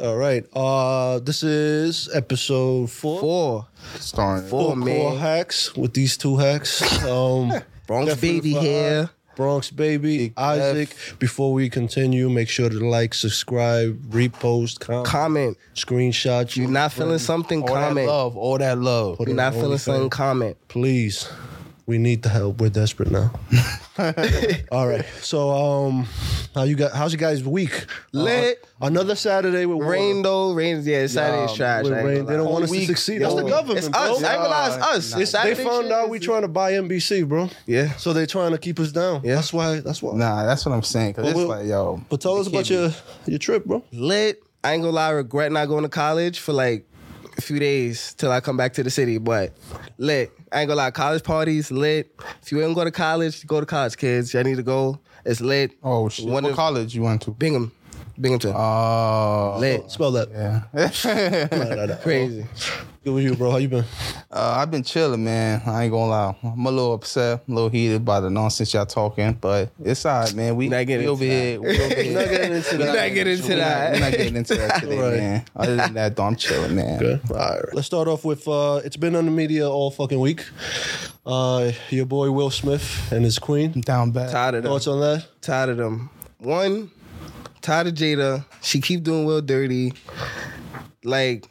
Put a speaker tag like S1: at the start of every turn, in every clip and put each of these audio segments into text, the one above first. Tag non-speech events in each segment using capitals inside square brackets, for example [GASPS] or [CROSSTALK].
S1: All right. Uh, this is episode four.
S2: Four.
S3: Starring
S2: Four,
S1: core
S2: man.
S1: hacks with these two hacks.
S2: [LAUGHS]
S1: Um,
S2: Bronx
S1: definitely
S2: baby
S1: for I-
S2: here.
S1: Bronx baby, Isaac. Before we continue, make sure to like, subscribe, repost, comment,
S2: Comment.
S1: screenshot.
S2: You're not feeling something,
S3: all that
S2: comment.
S3: love, all that love.
S2: You're not feeling something, comment.
S1: please. We need the help. We're desperate
S2: [LAUGHS]
S1: now. All right. So, um, how you got? How's you guys' week?
S2: Lit.
S1: Uh, another Saturday with
S2: Rain
S1: water.
S2: though, rain's yeah, Saturday's
S3: Nah,
S2: trash.
S1: With
S2: I ain't
S1: rain.
S2: gonna
S1: They don't
S2: lie.
S1: want us to
S3: Week,
S1: succeed.
S3: yo.
S1: That's the government.
S2: It's
S1: bro.
S2: us. I ain't gonna lie, it's us.
S3: Nah.
S2: It's
S1: They
S2: Saturday
S1: found
S2: shit
S1: out
S2: is-
S1: we trying to buy NBC, bro.
S2: Yeah.
S1: So they're trying to keep us down.
S2: Yeah.
S1: That's why. That's why.
S3: Nah, that's what I'm saying. Cause
S1: But
S3: it's
S1: we'll-
S3: like, yo.
S1: But tell us about your your trip, bro.
S2: lit. I ain't gonna lie, I regret not going to college for like a few days till I come back to the city, but lit. I ain't gonna lie, college parties, lit. If you ain't go to college, go to college, kids. I need to go. It's lit.
S3: Oh shit.
S2: One
S3: what
S2: of-
S3: college you went to?
S2: Bingham. Binghamton.
S3: Uh,
S2: lit.
S1: Spell that.
S3: yeah.
S2: [LAUGHS]
S3: uh,
S1: Nah, nah, nah.
S2: Crazy.
S1: Good with you, bro. How you been?
S3: I've been chilling, man. I ain't gonna lie. I'm a little upset, a little heated by the nonsense y'all talking, but it's all right, man. We,
S2: Not
S3: we
S2: getting
S3: over
S2: into
S3: here.
S2: [LAUGHS]
S3: We over
S1: Not
S3: here.
S1: getting into
S2: We
S1: that.
S2: not getting into
S3: We're not-
S2: that.
S3: We're not getting into [LAUGHS] that today,
S1: Right.
S3: man. Other than that, though, I'm chilling, man.
S1: All right. Let's start off with uh, it's been on the media all fucking week. Uh, your boy Will Smith and his queen.
S3: Down bad.
S2: Tired of them.
S1: Thoughts on that?
S2: Tired of them. One, tired of Jada. She keep doing well dirty. Like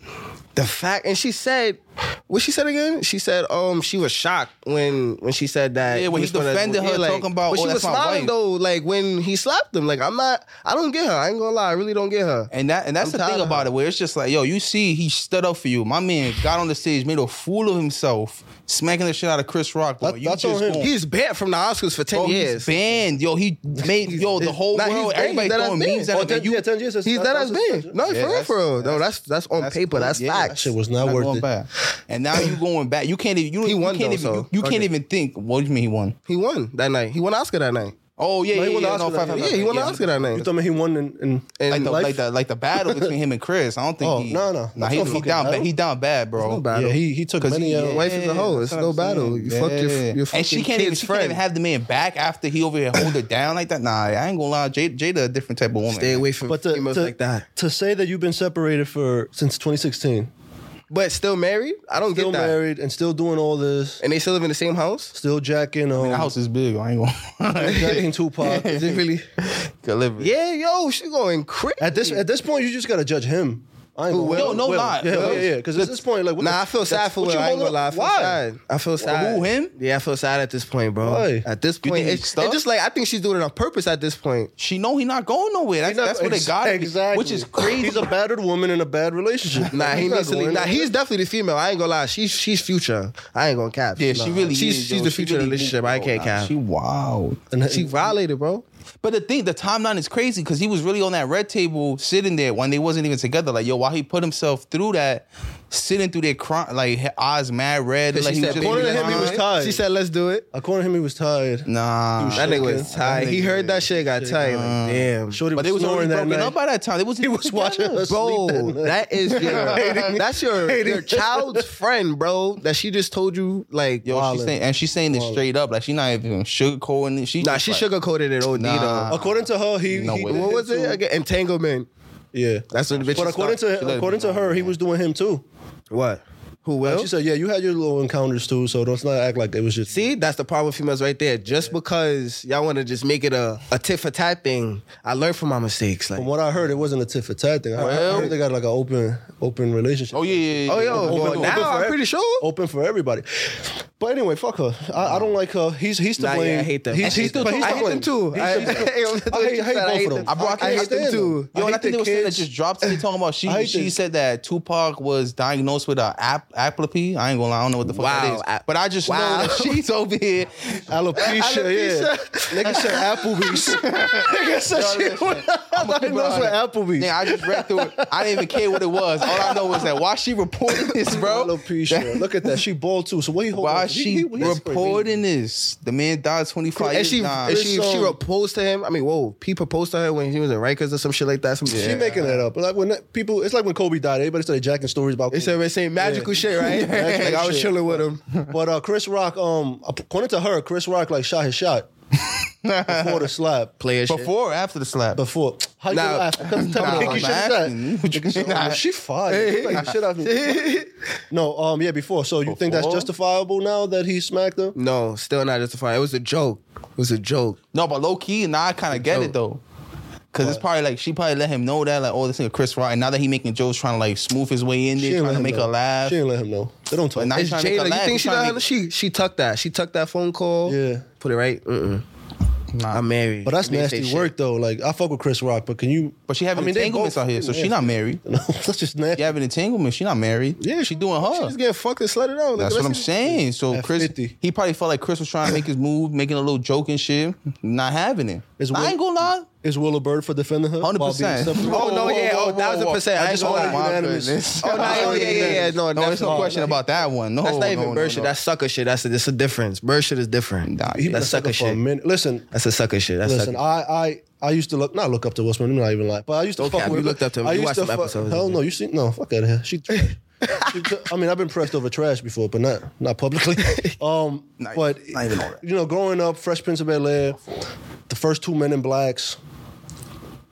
S2: the fact, and she said, what she said again? She said, um, she was shocked when when she said that.
S3: Yeah, when he
S2: was gonna-
S3: defended her, talking
S2: But
S3: about, "Oh,
S2: she was
S3: that's my
S2: smiling
S3: wife."
S2: though, like when he slapped him. Like I'm not, I don't get her. I ain't gonna lie, I really don't get her.
S3: And that and that's
S2: I'm
S3: the
S2: tired
S3: thing
S2: of
S3: about it, where it's just like, yo, you see, he stood up for you. My man got on the stage, made a fool of himself, smacking the shit out of Chris Rock. Bro.
S1: That-
S3: you
S1: that's
S3: just
S1: on him.
S3: gonna-
S2: He's banned from the Oscars for ten
S3: Bro,
S2: years.
S3: Oh, he's banned. Yo, he made yo the whole
S2: Nah, he's
S3: world.
S2: banned.
S3: Everybody
S2: That
S3: throwing
S2: has been.
S3: memes at
S1: Oh,
S3: him.
S1: 10
S3: and you-
S1: yeah, 10 years. that's-
S2: He's dead
S1: that's
S2: as
S1: a-
S2: been. No, for real,
S3: Yeah, that's-
S2: for real. No, that's
S3: that's-
S2: that's on
S3: that's
S2: paper.
S3: cool.
S2: That's
S3: Yeah,
S2: facts.
S3: that
S1: shit was not worth
S3: going
S1: it.
S3: back. And now you going back. You can't even. You,
S2: He
S3: you
S2: won,
S3: can't
S2: though,
S3: even.
S2: so
S3: you you
S2: fuck
S3: can't
S2: it.
S3: even think. What do you mean he won?
S2: He won that night. He won Oscar that night.
S3: Oh yeah,
S1: No,
S3: yeah,
S1: he won the
S3: yeah,
S1: Oscar
S3: no, five,
S1: that
S3: five,
S1: year.
S2: Yeah,
S3: five,
S2: he won
S3: yeah.
S2: Oscar that
S1: You
S2: night.
S1: told me he won in, in
S2: And
S3: Like the,
S1: Life?
S3: like the like
S2: [LAUGHS]
S3: the battle between him and Chris. I don't think.
S1: Oh,
S3: he,
S1: no, no.
S3: Nah,
S1: That's
S3: he,
S1: no
S3: he
S1: fucking
S3: down bad.
S1: battle.
S3: He down bad, bro.
S2: no battle.
S1: yeah, he he took
S3: 'Cause
S1: many.
S3: he-
S1: uh,
S3: yeah.
S2: wife is a hoe. It's
S3: that's
S2: no
S3: what I'm
S2: battle.
S3: saying.
S2: You fucked your-
S3: Yeah.
S2: your
S3: and she
S2: fucking
S3: can't even
S2: kid's
S3: she can't even
S2: friend.
S3: have the man back after he over here hold her down like that. Nah, I ain't gonna lie, Jada, Jada a different type of woman.
S2: Stay away from
S1: But to,
S2: females
S1: to-
S2: like that.
S1: to say that you've been separated for since 2016,
S2: But still married? I don't
S1: still
S2: get that.
S1: married and still doing all this,
S2: And they still live in the same house?
S1: still jacking. Um,
S3: The house is big. I ain't
S2: [LAUGHS]
S3: gonna.
S1: [LAUGHS] jacking Tupac.
S2: Is it really?
S3: Could live with-
S2: Yeah, yo, she going crazy.
S1: At this at this point, you just gotta judge him. I ain't gonna-
S3: Yo, no lie.
S1: Yeah,
S3: Will.
S1: yeah, yeah. Because at this point, like, what
S2: Nah,
S1: the-
S2: I feel sad
S1: that's-
S2: for
S1: what
S2: Will.
S1: you
S2: I ain't
S1: holding
S2: gonna lie. I
S1: up-
S2: feel
S1: Why?
S2: sad. I feel sad.
S3: who, him?
S2: Yeah, I feel sad at this point, bro.
S1: Why?
S2: At this
S3: You
S2: point,
S3: think he's
S2: it's,
S3: stuck?
S2: it's just like I think she's doing it on purpose at this point.
S3: She know he not going nowhere. That's, that's what it got. to be,
S1: Exactly.
S3: Which is crazy.
S1: He's a battered woman in a bad relationship.
S2: Nah, he
S1: not
S2: needs to
S1: going
S2: leave. Nah,
S1: nowhere.
S2: he's definitely the female. I ain't gonna lie. She's she's future. I ain't gonna cap.
S3: [LAUGHS] yeah, she
S2: Nah.
S3: really
S2: She's
S3: is,
S2: she's
S3: yo.
S2: the
S3: She
S2: future of the
S3: really
S2: relationship.
S3: moved,
S2: I
S3: bro.
S2: can't
S3: Nah,
S2: cap.
S3: She wild.
S1: And
S2: She violated, bro.
S3: But the thing, the timeline is crazy because he was really on that red table sitting there when they wasn't even together. Like, yo, why he put himself through that, sitting through their crying, like her eyes mad red. Like,
S2: She
S3: he
S2: said,
S3: was just
S2: "Baby,
S1: According to him, he was
S2: let's-
S1: tired.
S2: She said, "Let's do it."
S1: according to him, he was tired.
S3: Nah.
S2: That nigga was tired. He heard that shit got tight. Like, damn.
S1: Shorty
S3: but they was already
S1: snoring that
S3: broken
S1: night.
S3: up by that time. They was he
S1: was watching us.
S2: [LAUGHS] Bro,
S1: Sleep that
S2: that is your that's your, your child's friend, bro. That she just told you like
S3: Yo,
S2: yo,
S3: she's saying, and she's saying this straight up. Like she not even sugarcoating it. She
S2: nah,
S3: just
S2: she
S3: like,
S2: sugarcoated it. Oh,
S3: Nah.
S2: Nita.
S1: According to her, he,
S3: No
S1: he
S3: way.
S1: did
S2: What was
S1: too.
S2: it again? Entanglement.
S1: Yeah.
S2: That's what the bitch.
S1: But according
S2: stopped.
S3: She
S1: to
S3: let it
S1: according
S3: be
S1: to her, he was doing him too.
S2: what? Who will?
S3: Oh.
S1: She said, "Yeah, you had your little encounters too, so don't not act like it was just."
S2: See, that's the problem with females right there. Just because y'all want to just make it a, a tit for tat thing, I learned from my mistakes. Like,
S1: From what I heard, it wasn't a tit for tat thing. I, I
S3: Well-
S1: heard they got like an open open relationship.
S3: Oh yeah, yeah, yeah.
S2: oh
S3: yeah.
S2: yo,
S1: Open-
S2: well,
S1: open
S2: now
S1: for
S2: I'm
S1: ev-
S2: pretty sure.
S1: Open for everybody. But anyway, fuck her. I, I don't like her. He's he's to
S2: Nah,
S1: blame.
S2: yeah, I hate them.
S1: He's,
S3: I
S1: he's,
S3: hate them
S1: but
S3: too.
S1: he's
S2: I
S1: to
S2: hate
S1: blame.
S2: them too. I,
S1: He's to blame.
S2: I
S1: I hate- I hate both of them.
S3: I, brought,
S2: I hate them too.
S3: Yo, and I
S1: hate
S3: think
S1: the
S3: they were saying that
S1: kids.
S3: just dropped. They talking about she.
S1: I hate
S3: She
S1: the-
S3: said that Tupac was diagnosed with a ap- apathy. I ain't gonna. lie, I don't know what the fuck
S2: Wow,
S3: that [LAUGHS] is.
S2: ap-
S3: but I just
S2: wow. [LAUGHS]
S3: know that she's over here.
S1: Alopecia, yeah. Nigga said
S3: [LAUGHS]
S1: Applebee's. Nigga said shit. [LAUGHS] Nobody knows what Applebee's.
S3: Nigga, I just read through it. I didn't even care what it was. All I know was that why she reporting this, bro.
S1: Alopecia. Look at that. She bald too. So what he holding?
S3: Why
S1: He-
S3: she
S1: he- he's-
S3: reporting this? The man died twenty five
S2: And
S3: years.
S2: she,
S3: nah.
S2: and she,
S1: This
S2: she
S1: song-
S2: proposed to him. I mean, whoa, he proposed to her when he was in Rikers or some shit like that. Some
S1: She
S2: shit.
S1: making that up. Like when that- people, it's like when Kobe died. Everybody started jacking stories about.
S2: They
S1: Kobe.
S2: said they saying magical shit, right?
S1: Magical
S2: like I was
S1: shit. [LAUGHS]
S2: chilling with him.
S1: But uh, Chris Rock, um, according to her, Chris Rock like shot his shot. before the slap.
S2: Player shit. [LAUGHS]
S3: Before or after the slap?
S1: Before how you
S2: Nah.
S1: laugh? Tell me
S3: Nah,
S1: the
S3: I'm
S1: shit that.
S3: asking you.
S1: Nah, she fine.
S3: [LAUGHS]
S1: She like the shit out of me. No, um, yeah, before. So you think that's
S3: Before?
S1: justifiable now that he smacked her?
S2: No, still not justified. It was a joke. It was a joke.
S3: No, but low key, now I kind of get it though. Cause it's probably like she probably let him know that like oh this nigga Chris Rock and now that he making jokes trying to like smooth his way in
S1: She
S3: there
S1: ain't
S3: trying
S1: let
S3: to
S1: him
S3: make
S1: know.
S3: her laugh
S1: She ain't let him know. They don't talk.
S3: But now-
S1: I
S3: He's
S2: It's
S3: trying to make her
S2: Jada. You
S3: laugh.
S2: think
S3: He's
S2: she
S3: trying to
S2: done?
S3: make-
S2: She she tucked that. She tucked that phone call.
S1: Yeah.
S2: Put it right. Mm-mm.
S3: Nah.
S2: I'm married.
S1: but that's
S2: You didn't say
S1: nasty
S2: shit.
S1: work though. Like I fuck with Chris Rock, but can you?
S3: but she having
S1: I mean, they
S3: entanglements
S1: both
S3: out here so she
S1: nasty.
S3: not married
S1: No, [LAUGHS] that's just nasty.
S3: she having entanglements she not married
S1: Yeah,
S3: she doing her
S2: She just getting fucked and slutted out. Like, let's
S3: that's what I'm
S2: see-
S3: saying so
S1: At
S3: Chris
S1: 50.
S3: he probably felt like Chris was trying to make his move making a little joke and shit not having it
S1: It's
S3: I
S1: weird.
S3: ain't gonna lie
S1: Is Willa Bird for defending her? while being
S3: 100%.
S1: separated?
S2: Oh, no, yeah. Oh,
S3: whoa, whoa,
S2: thousand
S3: whoa.
S2: percent. I ain't
S3: just
S2: gonna
S3: want
S2: lie.
S3: my
S1: Unanimous.
S3: goodness.
S1: [LAUGHS]
S2: Oh, no, oh, yeah, yeah, yeah. No,
S3: no, there's no
S2: definitely.
S3: question about that one. No,
S2: That's not
S3: Oh, no,
S2: even
S3: no,
S2: bird shit.
S3: no.
S2: That's sucker shit. That's a, that's a difference. Bird shit is different.
S3: Nah,
S1: He
S3: he-
S1: been
S2: That's
S1: a sucker
S2: sucker
S1: for a
S2: shit.
S1: minute. Listen,
S2: That's a sucker shit. That's
S1: Listen,
S2: sucker.
S1: I, I I used to look not look up to Will Smith. I'm not even lying, but I used to
S2: Okay,
S1: fuck
S2: you
S1: with.
S2: looked up to him.
S1: I
S2: You
S1: used
S2: watched
S1: to
S2: some
S1: fuck-
S2: episodes,
S1: Hell
S2: didn't
S1: no, you see no fuck out of here. She. trash. She tra- I mean, I've been pressed over trash before, but not not
S2: [LAUGHS]
S1: publicly. Um,
S3: Not-
S1: but
S3: not even all that.
S1: you know, growing up, Fresh Prince of Bel Air, the first two Men in Blacks.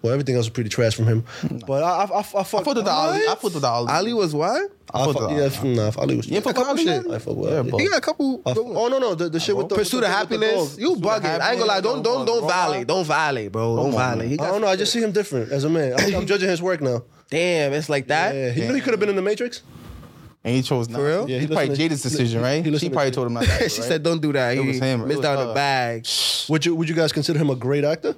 S1: Well, everything else was pretty trash from him, but I I, I, I fucked.
S3: I put the dolly. I put the dolly.
S2: Ali was what?
S1: I
S3: I put the
S1: fuck,
S3: dolly.
S1: yeah, f- nah, Ali was.
S3: You ain't fuck with
S2: couple
S3: Ali?
S2: shit.
S1: I fuck with
S3: Yeah,
S1: Ali.
S3: bro.
S2: He got a couple.
S1: I fuck- oh no no the, the shit with the
S2: Pursuit of
S1: with the- with the
S2: happiness.
S1: dog.
S2: You bugging. I ain't gonna lie. Don't don't don't
S3: Bro,
S2: violate. Don't violate, bro. Don't violate. He
S1: I
S2: got
S1: don't know. I just see him different as a man. I'm,
S3: [LAUGHS]
S1: I'm judging his work now.
S2: Damn, it's like that.
S1: Yeah,
S2: [LAUGHS]
S1: he knew he could have been in the Matrix.
S3: And he chose not. For
S2: real?
S3: Yeah,
S1: Yeah,
S3: he
S1: he
S3: probably
S1: listened to-
S3: Jada's decision, right?
S1: he listened
S3: She
S1: to
S3: probably
S1: Jada. [LAUGHS]
S3: told him not to.
S2: she
S3: right?
S2: said, "Don't do that." He
S3: was him. It
S2: Missed
S3: was
S2: out on the
S3: her.
S2: bag.
S1: Would you Would you guys consider him a great actor?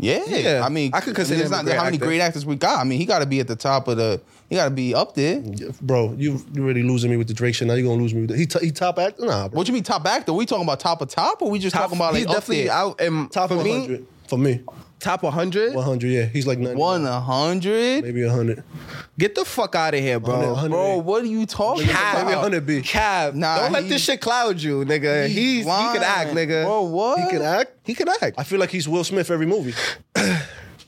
S3: "Yeah,
S2: Yeah.
S3: I mean,
S2: I could consider
S3: there's
S2: him a
S3: not
S2: great
S3: how many
S2: actor.
S3: great actors we got. I mean, he got to be at the top of the. He got to be up there.
S1: Bro, you you really losing me with the Drake shit. Now you are gonna lose me. With the, he t- he top actor. Nah, bro.
S3: What you mean top actor? We talking about top of top, or we just talking about like
S2: he's
S3: up
S2: definitely
S3: there?
S2: out in
S1: top
S2: for
S1: one
S2: me.
S1: hundred for me.
S2: Top 100.
S1: One hundred. Yeah, he's like 90,
S3: One hundred,
S1: maybe hundred.
S2: Get the fuck out of here, bro.
S1: 100.
S3: bro. What are you talking
S2: Cab,
S1: Maybe
S3: about?
S1: 100 B.
S2: Cab.
S3: Nah,
S2: don't let
S3: he-
S2: this shit cloud you, nigga. He's, he
S3: lying.
S2: can act, nigga.
S3: Bro, what?
S2: He can act. He can act.
S1: I feel like he's Will Smith every movie.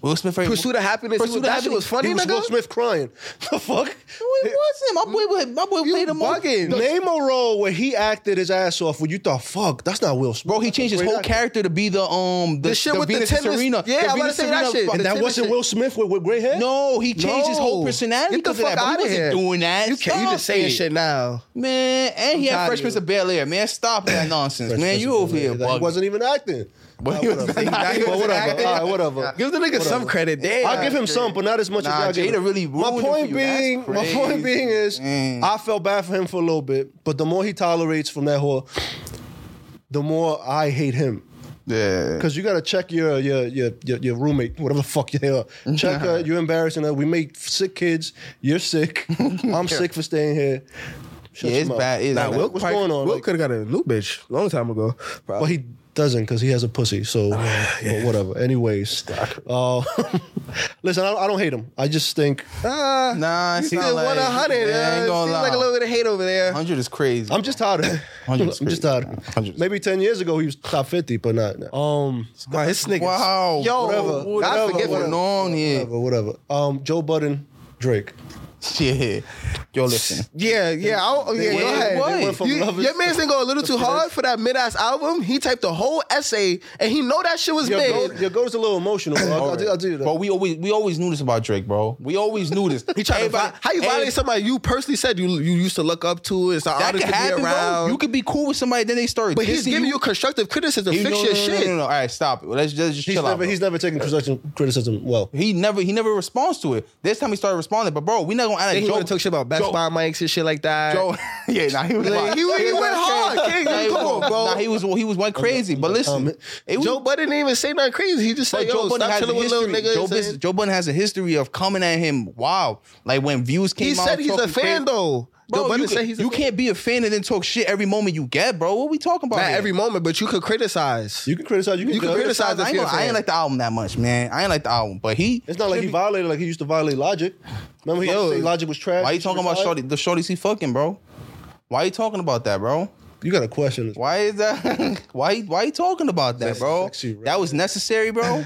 S3: Will Smith.
S2: Pursuit of happiness. he
S3: Pursuit
S2: was-
S3: of
S2: that shit
S3: Happiness.
S2: was funny,
S1: he was
S2: nigga.
S1: Will Smith crying. [LAUGHS] The fuck?
S3: No, it wasn't. My boy. was- My boy
S2: You
S3: played him
S2: bugging.
S1: Name a role where he acted his ass off. Where you thought, fuck, that's not Will Smith.
S3: Bro, he changed his
S1: Great
S3: whole
S1: actor.
S3: character to be the um the,
S2: The shit with the
S3: Venus and
S2: tennis- Yeah,
S3: Serena. The
S2: I'm about
S3: Venus
S2: to say that
S3: Serena
S2: shit.
S3: fucking
S1: And that
S2: tennis
S1: wasn't
S2: shit.
S1: Will Smith with, with gray hair.
S3: No, he changed his whole
S2: No.
S3: personality
S2: Get the
S3: because of
S2: fuck
S3: that. But
S2: outta
S3: he wasn't
S2: here.
S3: doing that.
S2: You can't. You
S3: Stop
S2: just saying
S3: it.
S2: shit now.
S3: man. And he
S2: tired
S3: had
S2: of
S3: Fresh
S2: you.
S3: Prince of Bel Air, man.
S2: [LAUGHS]
S3: Stop that nonsense, man. You over here,
S1: He
S3: bugging. [LAUGHS]
S1: wasn't even acting.
S3: But
S1: Ah,
S3: he was
S1: whatever.
S3: not-
S1: But
S3: he wasn't
S1: whatever.
S3: acting.
S1: All right, whatever.
S2: Give the nigga some credit. Damn.
S1: I'll give him some, but not as much
S3: Nah,
S1: as y'all give
S3: Jada
S1: him.
S3: really
S1: My
S3: ruined it
S1: point
S3: for you.
S1: being,
S3: That's
S1: my point
S3: crazy.
S1: being is,
S3: Mm.
S1: I felt bad for him for a little bit, but the more he tolerates from that whore, the more I hate him.
S3: Yeah.
S1: Cause you gotta check your your your your, your roommate, whatever the fuck you
S3: [LAUGHS]
S1: are. Check her. You're embarrassing her. We make sick kids. You're
S3: [LAUGHS]
S1: sick. I'm sick for staying here. Shut
S3: Yeah,
S1: your
S3: it's
S1: mouth.
S3: bad. It's
S2: Nah,
S3: bad.
S2: Will,
S1: What's going on?
S2: Will
S1: Like-
S2: could have got a new bitch long time ago.
S1: Well, he doesn't because he has a pussy.
S3: [SIGHS]
S1: So, but whatever. Anyways, [LAUGHS] uh, listen, I, I don't hate him. I just think
S2: Ah,
S3: Nah,
S2: you
S3: it's
S2: did
S3: not like-
S2: one a hundred.
S3: Yeah, I ain't
S2: Uh,
S3: gonna
S2: seems
S3: lie.
S2: like a little bit of hate over there.
S3: Hundred is crazy.
S1: I'm just tired
S3: [COUGHS]
S1: of it. I'm
S3: 100%.
S1: just tired. Of it.
S3: 100%.
S1: Maybe ten years ago he was top fifty, but not. now. Um,
S2: Wow, his niggas.
S3: wow.
S2: Yo,
S1: Whatever.
S3: What
S2: God
S3: whatever,
S2: forgive
S3: what's
S2: him.
S3: going on here?
S1: whatever, whatever. Um, Joe Budden, Drake.
S3: Yeah. Yo, listen.
S2: Yeah, yeah. I, oh, yeah,
S3: went-
S2: go ahead.
S3: they went
S2: You-
S1: from lovers
S2: your man's didn't go a little too hard for that mid ass album. He typed a whole essay, and he know that shit was
S1: Your,
S2: mid.
S1: goat, your goat's a little emotional. Bro. I'll, I'll, do, I'll do that.
S3: But we always we always knew this about Drake, bro. We always knew this.
S2: [LAUGHS] He tried to vi- how you violate somebody you personally said you you used to look up to. It's an
S3: That
S2: honor
S3: could
S2: to
S3: happen,
S2: be
S3: bro.
S2: around.
S3: You could be cool with somebody, then they start.
S2: but he's
S3: dissing
S2: giving you constructive criticism.
S3: He-
S2: Fix
S3: no,
S2: your
S3: no, no,
S2: shit.
S3: No, no, no. All right, stop it. Let's just, just
S1: he's
S3: chill out.
S1: never
S3: bro.
S1: he's never taken criticism criticism well.
S3: He never he never responds to it. This time he started responding, but bro, we not gonna add
S2: Then
S3: a
S2: he
S3: joke.
S2: would talk shit about Best
S3: Joe-
S2: Buy mics and shit like that.
S3: Joe, [LAUGHS] yeah, nah, he was
S2: Like, he, he went hard. King,
S3: Nah, he
S2: come on,
S3: was-
S2: bro.
S3: Nah, he was he was went crazy. But
S1: comment.
S3: listen, it was,
S2: Joe Budden didn't even say nothing crazy. He just
S3: But
S2: said, "Yo, stop chilling with little niggas."
S3: Joe,
S2: and-
S3: Biz- Joe Budden has a history of coming at him. Wow, like when views came
S2: He
S3: out.
S2: said he's a
S3: talking
S2: fan
S3: crazy-
S2: though. Joe
S3: Bro,
S2: Budden
S3: you,
S2: said he's a
S3: you
S2: fan.
S3: can't be a fan and then talk shit every moment you get, bro. What we talking about?
S2: Not
S3: here?
S2: every moment, but you could criticize.
S1: You can criticize. You can,
S2: You can
S1: judge.
S2: criticize.
S3: I
S2: if
S3: ain't,
S2: you're a
S3: gonna- I
S2: fan.
S3: ain't like the album that much, man. I ain't like the album, but he.
S1: It's not like he violated like he used to violate Logic. Remember he
S2: Yo.
S1: used to say Logic was trash.
S3: Why you talking about shorty? The shorties he fucking, bro. Why you talking about that, bro?
S1: You got a question.
S3: [LAUGHS] Why is that? why why you talking about that, bro?
S1: sexy, right?
S3: That was necessary, bro.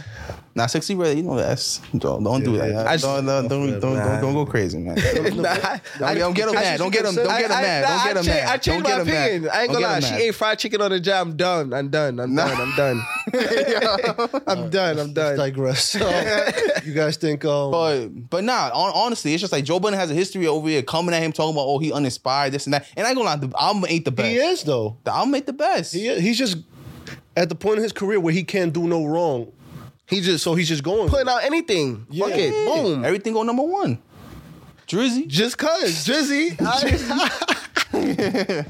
S3: Now, sexy red, you know that's don't don't do that.
S1: yeah.
S3: I don't, don't, don't, don't, don't don't go crazy, man. Don't,
S2: [LAUGHS] Nah, I-
S3: don't, don't get him
S1: I-
S3: mad. Don't get him. Don't get him
S2: I- I-
S3: mad.
S2: nah,
S3: Don't get
S2: I
S3: him
S2: cha-
S3: mad.
S2: I changed
S3: Don't
S2: my
S3: get him mad.
S2: opinion. I ain't
S3: Don't
S2: gonna lie.
S3: get
S2: She
S3: him
S2: ate fried chicken on the job. I'm done. I'm done. I'm done. I'm
S3: [LAUGHS]
S2: done. [LAUGHS] I'm done. I'm
S1: Let's
S2: done.
S1: digress. So, you guys think? Um,
S3: But but nah, hon- honestly, it's just like Joe Budden has a history over here coming at him talking about oh he uninspired this and that. And I ain't gonna lie, the album ain't the best.
S1: he is though.
S3: The album ain't the best.
S1: He is- he's just at the point in his career where he can't do no wrong.
S2: He just
S1: So he's just going.
S2: putting out anything.
S1: Yeah.
S2: Fuck it.
S3: [LAUGHS] Yeah.
S2: Boom.
S3: Everything go number one. Drizzy.
S2: Just cause Drizzy. I-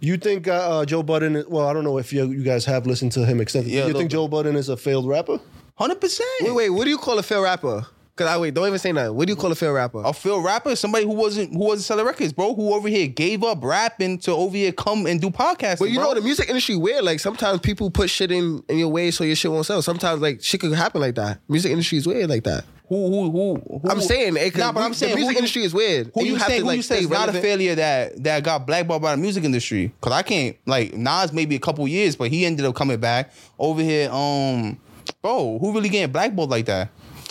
S1: you think uh, uh, Joe Budden? Is, well, I don't know if you, you guys have listened to him extensively.
S3: Yeah, a
S1: you
S3: little
S1: think
S3: bit.
S1: Joe Budden is a failed
S3: [LAUGHS]
S1: rapper?
S3: Hundred percent.
S2: wait, wait. What do you call a fair rapper? Cause I wait. Don't even say nothing. What do you call a fair rapper?
S3: A Phil rapper, is somebody who wasn't who wasn't selling records, bro, who over here gave up rapping to over here come and do podcasting.
S2: But you
S3: bro.
S2: know the music industry weird. Like sometimes people put shit in in your way so your shit won't sell. Sometimes like shit could happen like that. Music industry is weird like that.
S3: who who who, who
S2: I'm saying it could,
S3: Nah, but I'm saying
S2: the music
S3: who you-
S2: industry is weird.
S3: Who
S2: And
S3: you, saying? who you
S2: stay
S3: say is not a
S2: relevant.
S3: failure that that got blackballed by the music industry? Because I can't like Nas maybe a couple years, but he ended up coming back over here. Um, bro, who really getting blackballed like that?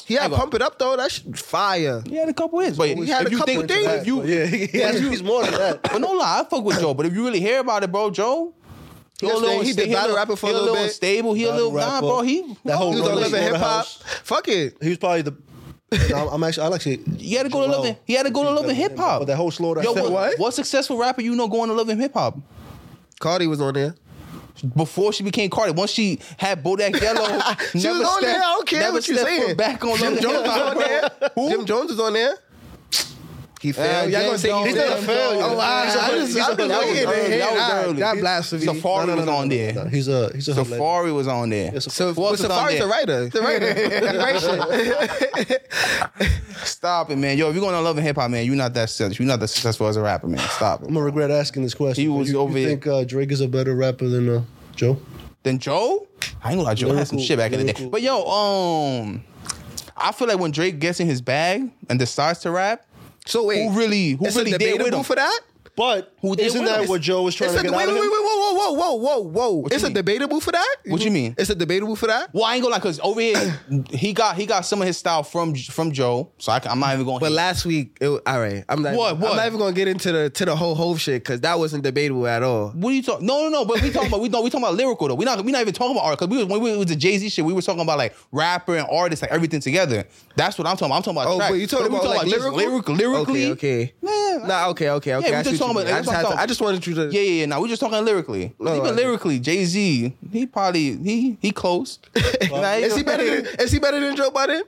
S2: He had
S3: Hang on.
S2: pump it up though. That's fire.
S3: He had a couple years, but
S2: He had
S3: if
S2: a
S3: you
S2: couple
S3: think,
S2: things.
S3: If you,
S1: yeah, he, he has, he's more than that.
S3: but no lie, I fuck with Joe. But if you really hear about it, bro, Joe. He,
S2: Yes, man, he did battle rapping for a
S3: he
S2: little bit.
S3: Unstable. He a
S1: Battle
S3: little nah,
S1: rapper.
S3: bro. He
S1: That whole
S2: He
S3: he
S2: was on
S1: Rolex
S2: Love
S3: was
S2: and Hip Hop.
S1: Slaughterhouse.
S2: Fuck it.
S1: He was probably
S3: [LAUGHS]
S1: the. No, I'm actually. I actually.
S3: you had to go to love. and- He had to go to love and hip hop.
S1: But that whole slaughter.
S3: Yo, what,
S2: what?
S3: what? successful rapper you know going to love and hip hop?
S2: Cardi was on there.
S3: before she became Cardi. Once she
S2: [LAUGHS]
S3: had Bodak Yellow,
S2: She
S3: never
S2: was on
S3: stepped-
S2: there. I don't care
S3: never
S2: what you're
S3: stepped foot
S2: saying.
S3: Back on
S2: Jim
S3: Love
S2: Jones
S3: Hip
S2: was
S3: Hop,
S2: on
S3: bro.
S2: there.
S1: [LAUGHS]
S2: Jim Jones was on there.
S3: Uh,
S2: He failed. Y'all gonna
S3: James
S2: say he
S3: Jones.
S1: He's not a
S2: failed?
S3: Jim
S1: failure.
S3: Jones.
S2: Oh, I,
S1: He's a-
S2: I just,
S1: he's a-
S2: I
S1: that
S2: was
S1: was
S2: looking at
S1: early.
S2: it.
S1: That was
S2: Nah,
S3: early.
S2: That blasphemy.
S3: Safari was on
S1: No,
S3: there.
S1: he's a he's a hood legend.
S3: Safari was on there.
S1: Yes,
S2: So,
S1: so
S3: else
S2: well,
S3: is on
S2: Safari's
S3: there?
S2: the writer. The writer.
S3: [LAUGHS]
S2: He writes shit.
S3: Stop it, man. Yo, if you're going to love and hip hop, man, you're not that successful. You're not that successful as a rapper, man. Stop
S1: I'm
S3: it.
S1: gonna regret asking this question.
S3: He
S1: but
S3: was
S1: you,
S3: over
S1: you
S3: here.
S1: think uh, Drake is a better rapper than uh, Joe?
S3: Then Joe, I ain't gonna lie, Joe had some
S1: Lyrical-
S3: shit back in the day.
S1: lyrical.
S3: But yo, um, I feel like when Drake gets in his bag and decides to rap,
S2: [LAUGHS] so wait,
S3: who really, who
S2: it's
S3: really
S2: a
S3: did with
S2: debatable
S3: him?
S2: for that?
S1: But
S3: Who did
S1: isn't
S3: win?
S1: that
S3: It's-
S1: what Joe was trying
S2: It's
S1: to
S2: a,
S1: get
S2: wait,
S1: out
S2: wait,
S1: of
S2: wait,
S1: him?
S2: wait, whoa, whoa, whoa, whoa, whoa, whoa! It's
S3: you
S2: a
S3: mean?
S2: debatable for that.
S3: What you mean?
S2: It's a debatable for that.
S3: Well, I ain't gonna lie, cause over here [COUGHS] he got he got some of his style from from Joe, so I, am not even going.
S2: But last week, it, all right, I'm not.
S3: What, what?
S2: I'm not even gonna get into the to the whole whole shit because that wasn't debatable at all.
S3: What are you talking? No, no, no. But we talking about we know we talking about lyrical though. We not we not even talking about art because we was, when we was the Jay Z shit. We were talking about like rapper and artist like everything together. That's what I'm talking about. I'm talking about.
S2: Oh,
S3: track.
S2: but you talking
S3: if we
S2: about, like,
S3: just
S2: lyrical?
S3: lyric- lyrically?
S2: Okay, okay.
S3: Man,
S2: Nah, okay, okay, okay.
S3: we
S2: I,
S3: just
S2: see what
S3: talking
S2: you
S3: about-
S2: mean. I, just
S3: that's what I'm
S2: had to,
S3: talking-
S2: I just wanted you to.
S3: yeah, yeah. yeah. Now we just talking lyrically. 'Cause
S2: No,
S3: even
S2: I-
S3: lyrically, Jay Z, he probably he
S2: [LAUGHS]
S3: he close. Nah,
S2: Is he better? Than, is he better than Joe Biden?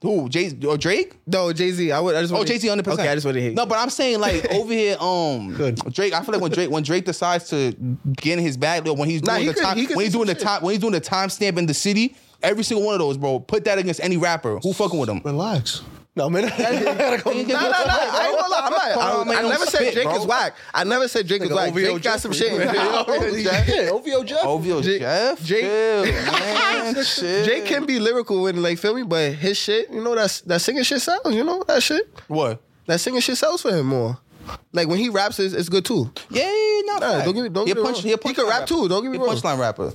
S3: Who Jay or Drake?
S2: No, Jay Z. I would. I just.
S3: Oh,
S2: wanted-
S3: Jay Z, hundred percent.
S2: Okay, I just wanted to hit.
S3: No, but I'm saying
S2: [LAUGHS]
S3: like over here, um,
S1: Good.
S3: Drake. I feel like when Drake when Drake decides to get in his bag though, when he's
S2: Nah,
S3: doing
S2: he
S3: the
S2: could-
S3: time
S2: he could
S3: when
S2: do
S3: he's doing the
S2: some
S3: time when he's doing the timestamp in the city, every single one of those, bro. Put that against any rapper who fucking with him.
S1: Relax. No, [LAUGHS] man.
S3: [LAUGHS]
S2: No, no, no. I ain't gonna lie. I'm not.
S3: Hold on,
S2: I,
S3: man,
S2: I
S3: don't
S2: never
S3: spit,
S2: said Drake
S3: bro.
S2: is whack. I never said Drake is whack.
S1: OVO
S2: Drake got some shit.
S3: [LAUGHS]
S1: Jeffrey. Holy shit,
S3: Oh,
S1: OVO Jeff.
S3: OVO
S2: Jake-
S3: Jeff,
S2: Jake-
S3: chill,
S2: [LAUGHS]
S3: man, chill.
S2: Jake can be lyrical and like feel me, but his shit, you know, that's that singing shit sells. You know that shit.
S3: what?
S2: That singing shit sells for him more. Like when he raps, it's, it's good too.
S3: Yeah, yeah, yeah, not
S2: Nah,
S3: bad.
S2: don't get me- don't
S3: He
S2: get me
S3: a punch,
S2: wrong.
S3: he a
S2: He can
S3: punchline
S2: rap
S3: rapper.
S2: too, don't get me
S3: He a
S2: wrong.
S3: punchline rapper.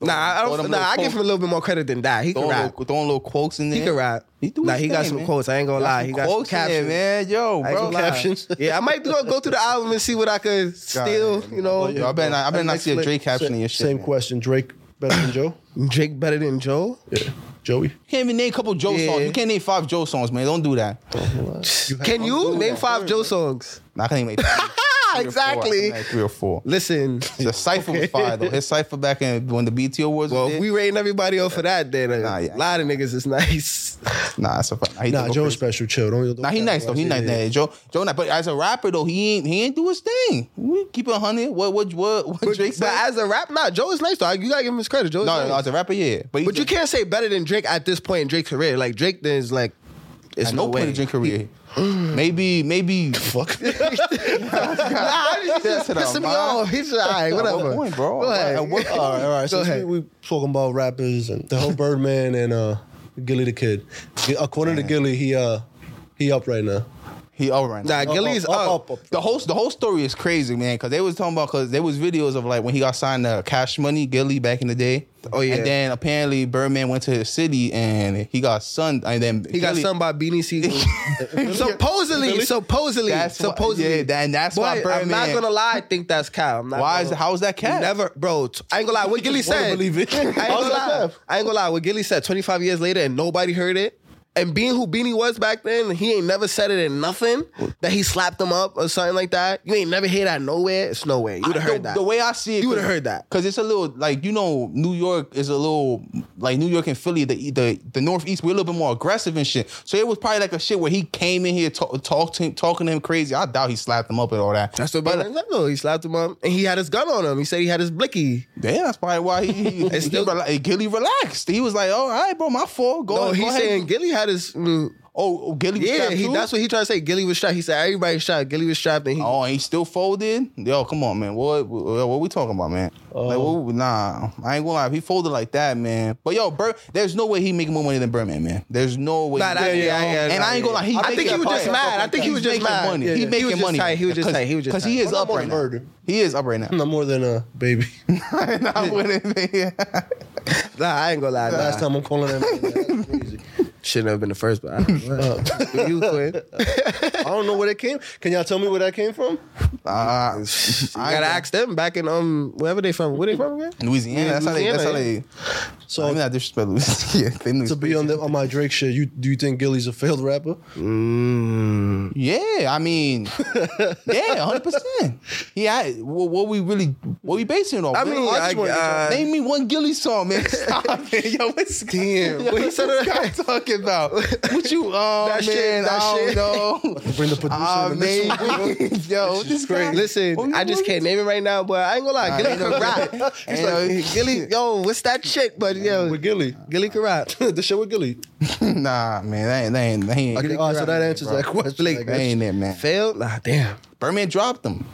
S2: Nah, I
S3: Throw them
S2: don't. Nah,
S3: little
S2: I give him a little bit more credit than that. He can
S3: Throwing
S2: rap.
S3: little, throwing little quotes in there.
S2: He can rap.
S3: He do
S2: Nah,
S3: his
S2: he got
S3: thing,
S2: some
S3: man.
S2: quotes. I ain't gonna lie. He got some
S3: quotes in there,
S2: captions.
S3: man. Yo,
S2: I ain't
S3: bro.
S2: gonna lie.
S1: captions.
S2: [LAUGHS] Yeah, I might go, go
S3: [LAUGHS]
S2: through the album and see what I could steal. You
S1: Oh,
S2: know,
S3: Yo, I bet not, I bet not see a Drake captioning your shit.
S1: Same
S3: man.
S1: question. Drake better than
S3: [COUGHS]
S1: Joe?
S2: Drake better than Joe.
S1: Yeah. Joey?
S3: Can't even name a couple Joe
S2: Yeah.
S3: songs. You can't name five Joe songs, man. Don't do that.
S2: Can you name five Joe songs?
S3: Nah, I can't even. Name
S2: Ah,
S3: three or four. I
S2: exactly.
S3: think like three or four. [LAUGHS]
S2: Listen,
S3: The cipher was fire though. His cipher back in when the BT Awards.
S2: well, if
S3: was there,
S2: we rating everybody up for that, then a
S3: Nah, yeah.
S2: lot of niggas is nice.
S3: nah, that's a fact. Nah, he
S1: Nah,
S3: did go
S1: Joe's
S3: crazy.
S1: special. Chill. Don't, don't
S3: Nah, he nice though. He nice. Nah, Joe, Joe, nice. but as a rapper though, he ain't he ain't do his thing. We keep it hundred. What what what what
S2: But,
S3: Drake
S2: but
S3: said?
S2: as a rap, nah, Joe is nice though. You gotta give him his credit. Joe is
S3: No,
S2: nice.
S3: no, as a rapper, yeah. But, he's
S2: but you
S3: a-
S2: can't say better than Drake at this point in Drake's career. Like Drake, then is like, it's
S3: at
S2: no,
S3: no
S2: way. [LAUGHS]
S3: point in Drake [LAUGHS]
S2: [GASPS]
S3: career. maybe maybe
S1: Fuck.
S2: nah, he just
S3: That's
S2: pissing me
S3: what I'm-
S2: off. He's like, all right,
S3: At what
S2: whatever.
S3: point, bro?
S2: Go ahead.
S3: At what-
S1: All right, all right.
S2: Go
S1: So
S2: ahead.
S1: we, we talking about rappers and
S3: [LAUGHS]
S1: the whole Birdman and uh, Gilly the Kid. According to Gilly, he uh, he up right now.
S3: He overran.
S2: Nah, Gilly's
S1: up, up,
S2: up.
S1: up, up.
S3: The whole the whole story is crazy, man. Because they was talking about because there was videos of like when he got signed to Cash Money Gilly back in the day.
S2: Oh, yeah.
S3: And then apparently Birdman went to the city and he got sunned. And then
S2: He got
S3: Gilly-
S2: stung by Beanie Siegel.
S3: [LAUGHS]
S2: [LAUGHS] supposedly, supposedly,
S3: That's why-
S2: supposedly.
S3: yeah, that- and that's
S2: Boy,
S3: why
S2: I'm not
S3: Birdman-
S2: gonna lie. I think that's Kyle. I'm not
S3: Why
S2: gonna-
S3: is how is that cat?
S2: Never, bro. t- I ain't gonna lie. What Gilly
S1: wanna
S2: said.
S1: believe it.
S2: [LAUGHS] I ain't
S1: How
S2: gonna
S1: is that
S2: lie.
S1: tough?
S2: I ain't gonna lie. What Gilly said 25 years later and nobody heard it. And being who Beanie was back then, he ain't never said it in nothing that he slapped him up or something like that. You ain't never hear that nowhere. It's nowhere. You would have
S3: I-
S2: heard
S3: the,
S2: that.
S3: The way I see it,
S2: You would've heard that.
S3: because it's a little like you know New York is a little like New York and Philly, the the, the Northeast. We're a little bit more aggressive and shit. So it was probably like a shit where he came in here talk, talk to him, talking to him crazy. I doubt he slapped him up and all that.
S2: That's what Beanie said. No, he slapped him up and he had his gun on him. He said he had his blicky.
S3: Damn, that's probably why he, he, he,
S2: still-
S3: rela- Gilly relaxed. He was like, "Oh, all right, bro, my fault. Go,
S2: No,
S3: go
S2: he's
S3: ahead."
S2: saying Gilly had his. mm,
S3: "Oh, oh, Gilly, was
S2: yeah,
S3: stabbed
S2: he,
S3: too?
S2: that's what he tried to say. Gilly was strapped. He said everybody strapped. Gilly was strapped and he.
S3: Oh, and he still folded? Yo, come on, man. What what, what we talking about, man?
S2: Uh,
S3: Like, what, nah, I ain't gonna lie. If he folded like that, man. But yo, Bird, there's no way he making more money than Birdman, man. There's no way.
S2: Nah,
S3: he-
S2: that- yeah, yeah, yeah,
S3: and
S2: nah,
S3: I ain't gonna lie. He
S1: I
S2: I
S1: think
S2: think he
S1: that
S2: was
S1: part-
S2: just mad. I think he
S1: He's
S2: was just
S3: making
S2: mad.
S3: money.
S1: Yeah,
S3: He
S1: yeah.
S2: was
S3: making
S2: just
S3: money.
S2: tight. He was just
S3: Cause-
S2: tight. He was just
S3: Cause he
S2: tight.
S3: is
S1: Well,
S3: up
S1: I'm on
S3: right now.
S1: Bird.
S3: He is up right now. [LAUGHS]
S1: No more than a baby.
S2: [LAUGHS]
S3: Not winning, man. [LAUGHS]
S2: Nah, I ain't [LAUGHS] gonna lie. Nah.
S1: Last time I'm calling him.
S3: [LAUGHS]
S1: That's crazy.
S2: Shouldn't have been the first, but I [LAUGHS] you Quinn.
S1: I don't know where that came. Can y'all tell me where that came from?
S3: Uh, I
S2: You gotta ask them back in um wherever they from. Where they from again?
S3: Louisiana. That's how they. That's how
S2: Louisiana,
S3: they.
S1: So
S3: I mean, I disrespect Louisiana. [LAUGHS] yeah, they knew
S1: to be on the, on my Drake shit, you do you think Gilly's a failed rapper? Mm.
S3: [LAUGHS] Yeah,
S1: [LAUGHS]
S3: I mean, yeah, hundred percent. Yeah, I- what, what we really, what we basing it on?
S2: I
S3: We-
S2: mean,
S1: I just wanna get
S2: I-
S3: name me one Gilly
S1: [LAUGHS]
S3: song, man. Stop it, yo. What's
S2: Damn,
S3: Yo,
S2: what he
S3: what's
S2: said
S3: this
S2: to
S3: guy
S2: that?
S3: talking about?
S1: [LAUGHS]
S3: What you? Oh
S2: That
S3: man,
S2: shit, that
S3: I don't
S2: shit.
S3: know.
S1: Bring the producer.
S3: Ah
S1: in the mix.
S3: man, [LAUGHS] yo, this guy.
S1: crazy.
S2: Listen,
S3: Oh, you
S2: I just
S3: want
S2: can't name it right now, but I ain't gonna lie. Gilly
S3: ain't
S2: can
S3: no- [LAUGHS]
S2: rap.
S3: ain't
S2: He's
S3: no-
S2: like, Gilly, yo, what's that shit? But yo,
S1: with Gilly.
S2: Gilly can rap. [LAUGHS]
S1: the show with Gilly.
S3: [LAUGHS] Nah, man, that ain't, that ain't, that ain't.
S1: Okay, all right, so that answers that question. I
S3: That
S1: guess.
S3: ain't it, man.
S2: Failed? Nah, damn.
S3: Birdman dropped him.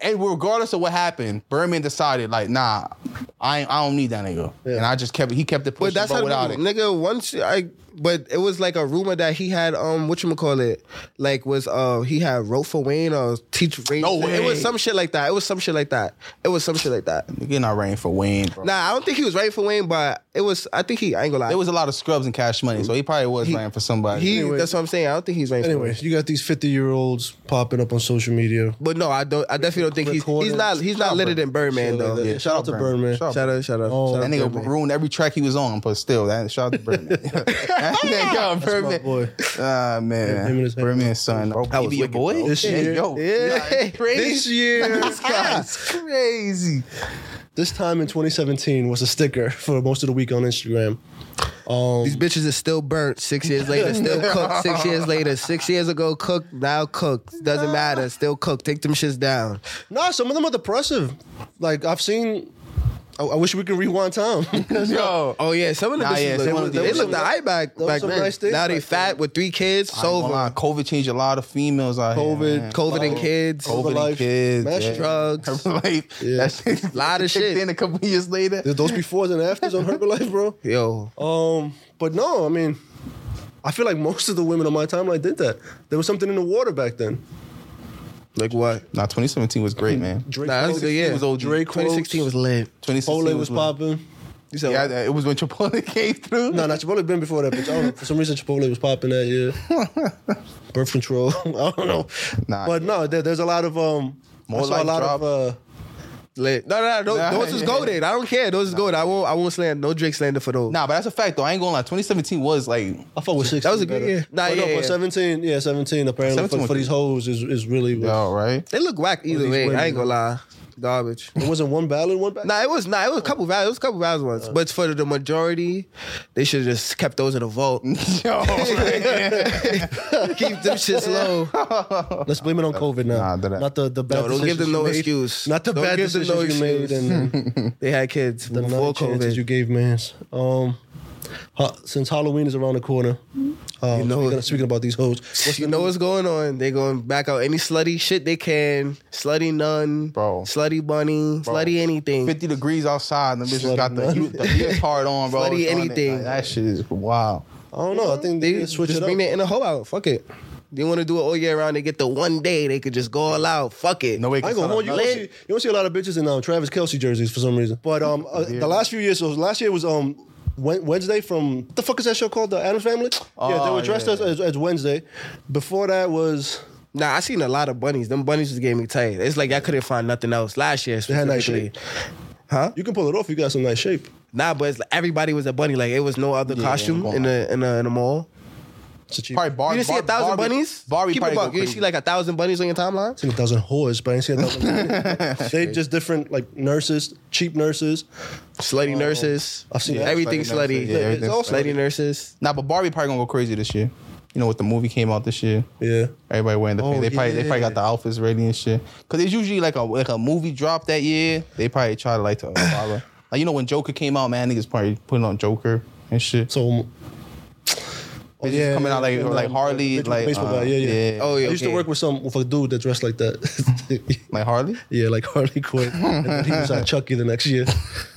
S3: And regardless of what happened, Birdman decided like, nah, I ain't- I don't need that nigga,
S1: Yeah.
S3: and I just kept he kept it
S2: But
S3: pushing, but,
S2: that's how
S3: without
S2: nigga,
S3: it.
S2: nigga once I but it was like a rumor that he had um what you call it like was uh he had wrote for Wayne or teach Wayne.
S3: No
S2: It
S3: way.
S2: was some shit like that. It was some shit like that. It was some shit like that.
S3: Nigga not writing for Wayne, bro.
S2: Nah, I don't think he was right for Wayne, but it was. I think he. I ain't gonna lie.
S3: There was a lot of scrubs and cash money, so he probably was writing for somebody.
S2: he.
S1: Anyway.
S2: That's what I'm saying. I don't think he's right. for Wayne.
S1: Anyway, you got these 50 year olds popping up on social media.
S2: But no, I don't. I definitely don't think he's. He's
S1: Recording.
S2: not. He's not litter than Birdman
S1: Shit like
S2: though.
S1: that.
S2: Yeah.
S1: Shout out to Birdman.
S3: Birdman. Shout out
S2: Shout out! Shout out!
S1: Oh.
S2: shout
S3: that
S2: out
S3: nigga
S2: Birdman.
S3: ruined every track he was on, but still, that shout out to Birdman. that nigga,
S1: My
S3: Birdman.
S1: boy.
S3: Ah man,
S1: him and his-
S3: Birdman's son. Bro,
S2: was
S3: baby, your
S2: wicked,
S3: boy.
S2: bro.
S1: This
S3: Hey,
S1: year-
S3: yo, [LAUGHS]
S2: Yeah.
S1: [LAUGHS] This
S3: crazy.
S1: year,
S3: [LAUGHS] This guy's crazy.
S1: this time in 2017 was a sticker for most of the week on Instagram. Um,
S2: These bitches is still burnt six years [LAUGHS] later, still cooked six years later, six years ago cooked, now cooked. Doesn't matter, still cooked. Take them shits down.
S1: nah, some of them are depressive. Like I've seen. I, I wish we could rewind time. [LAUGHS]
S3: Yo,
S2: Oh yeah, some of the
S3: Nah,
S2: bitches
S3: yeah,
S2: look,
S3: some of
S2: they,
S3: the- there was
S2: looked
S1: some-
S2: alright back
S1: there was
S2: back
S1: some
S2: then.
S1: nice things
S2: now they
S1: back
S2: fat
S1: then.
S2: with three kids,
S3: Ain't gonna lie,
S2: sober,
S3: COVID changed a lot of females out
S1: COVID,
S3: here. man.
S2: COVID and kids,
S1: COVID.
S3: COVID and
S1: Life,
S3: kids,
S1: mass
S3: yeah. [LAUGHS]
S2: drugs.
S1: [LAUGHS]
S3: Herbalife.
S1: Yeah.
S3: That shit,
S2: Lot of shit.
S3: Then a couple years later,
S1: There's those befores and afters on Herbalife, bro.
S2: Yo,
S1: Um, but no, I mean, I feel like most of the women on my timeline did that. There was something in the water back then.
S2: like what?
S3: Nah, 2017 was great, man.
S1: Drake,
S2: Nah, that's a good
S1: quotes,
S2: year.
S3: was OG.
S1: Drake, quotes,
S2: 2016 was lit.
S3: 2016
S1: Chipotle was popping.
S2: You said
S3: Yeah, it was when Chipotle [LAUGHS] came through.
S1: No, not Chipotle been before that, bitch. I don't know. For some reason, Chipotle was popping that
S2: [LAUGHS]
S1: year. Birth control. [LAUGHS] I don't know.
S3: Nah.
S1: but no, there, there's a lot of um.
S3: More
S1: I saw a
S3: Life
S1: lot
S3: Drop.
S1: of. Uh,
S2: lit. No, no, no.
S3: Nah,
S2: those is
S3: yeah.
S2: golden. I don't care. Those is golden. I won't. I won't slander. No Drake slander for those.
S3: Nah, but that's a fact though. I ain't gonna lie. 2017 was like
S1: I thought was six.
S2: That was a good year. Nah,
S1: but
S2: yeah,
S1: no, but
S2: yeah.
S1: 17, yeah, 17 apparently for,
S3: 17 was
S1: for
S3: good.
S1: these hoes is, is really.
S3: all right. [LAUGHS]
S2: They look whack either
S1: these
S2: way.
S1: women,
S2: I ain't gonna lie. Garbage.
S1: It wasn't one ballad, one ballad?
S2: Nah, it was not. It was a couple rounds. It was a couple rounds once, but for the majority, they should have just kept those in the
S1: [LAUGHS]
S2: vault.
S3: Yo,
S2: Keep them shits low.
S1: [LAUGHS] Let's blame it on COVID now.
S3: Nah, that-
S1: Not the, the bad
S2: No, don't give
S1: decisions
S2: them
S1: you
S2: no
S1: made.
S2: excuse.
S1: Not the
S2: Don't
S1: bad
S2: give them
S1: decisions you
S2: no
S1: made
S2: excuse.
S1: and
S2: They had kids
S1: the
S2: before
S1: nine chances
S2: COVID.
S1: you gave mans. Um, ha- since Halloween is around the corner, um,
S2: know-
S1: speaking, speaking about these hoes, what's
S2: you
S1: the
S2: know what's going on. They going back out any slutty shit they can. Slutty nun,
S3: Bro.
S2: Slutty bunny, slutty anything.
S3: 50 degrees outside. and The bitches
S1: Slutty
S3: got the,
S1: man.
S3: you- the leotard on, bro.
S2: Slutty
S3: It's on it.
S2: anything.
S3: Like, that shit is wild.
S1: I don't know. I think they,
S2: They
S1: switch
S2: just
S1: it up.
S2: bring that in a hoe out. Fuck it. They want to do it all year round. They get the one day they could just go all out. Fuck it.
S3: No way.
S1: I ain't gonna hold you. You don't, see, you don't see a lot of bitches in um, Travis Kelsey jerseys for some reason. But um, uh, the last few years, so last year was um Wed- Wednesday from what the fuck is that show called? The Adams Family. yeah, they
S3: Oh,
S1: were dressed
S3: yeah.
S1: as, as as Wednesday. Before that was
S2: Nah, I seen a lot of bunnies. Them bunnies just gave me tight. It's like I couldn't find nothing else last year.
S1: had nice
S2: specifically.
S1: shape. you can pull it off. You got some nice shape.
S2: Nah, but it's like everybody was a bunny. Like it was no other
S3: Yeah,
S2: costume
S3: well,
S2: in the in the, in the mall.
S1: It's a cheap.
S3: Probably Barbie.
S2: you didn't see a thousand
S3: Barbie,
S2: bunnies?
S3: Barbie
S2: Keep it
S3: probably
S2: buck.
S3: go
S2: You didn't see
S3: crazy.
S2: like a thousand bunnies on your timeline?
S1: seen a thousand whores, but I ain't seen a
S2: [LAUGHS]
S1: thousand. they just different like nurses, cheap nurses.
S3: Oh,
S2: Slutty nurses.
S1: I've seen
S3: Yeah,
S1: that.
S2: everything
S3: slutty nurses.
S2: slutty.
S3: Yeah, everything
S2: It's all
S1: slutty.
S2: slutty nurses.
S3: Nah, but Barbie probably gonna go crazy this year. You know, with the movie came out this year.
S1: Yeah.
S3: Everybody wearing the
S1: Oh,
S3: they probably they probably got the outfits ready and shit. Cause it's usually like a like a movie drop that year. They probably try to like to
S2: [COUGHS]
S3: follow. Like you know when Joker came out, man, niggas probably putting on Joker and shit.
S1: So. um,
S3: Bitches coming out like like Harley,
S1: Bitch with
S3: like
S1: baseball
S3: uh,
S1: bat, yeah, yeah.
S2: Oh yeah.
S1: I used to
S2: okay.
S1: work with some with a dude that [LAUGHS] dressed like that.
S2: [LAUGHS]
S3: like Harley.
S1: yeah, like Harley Quinn. And then he was at Chucky the next year.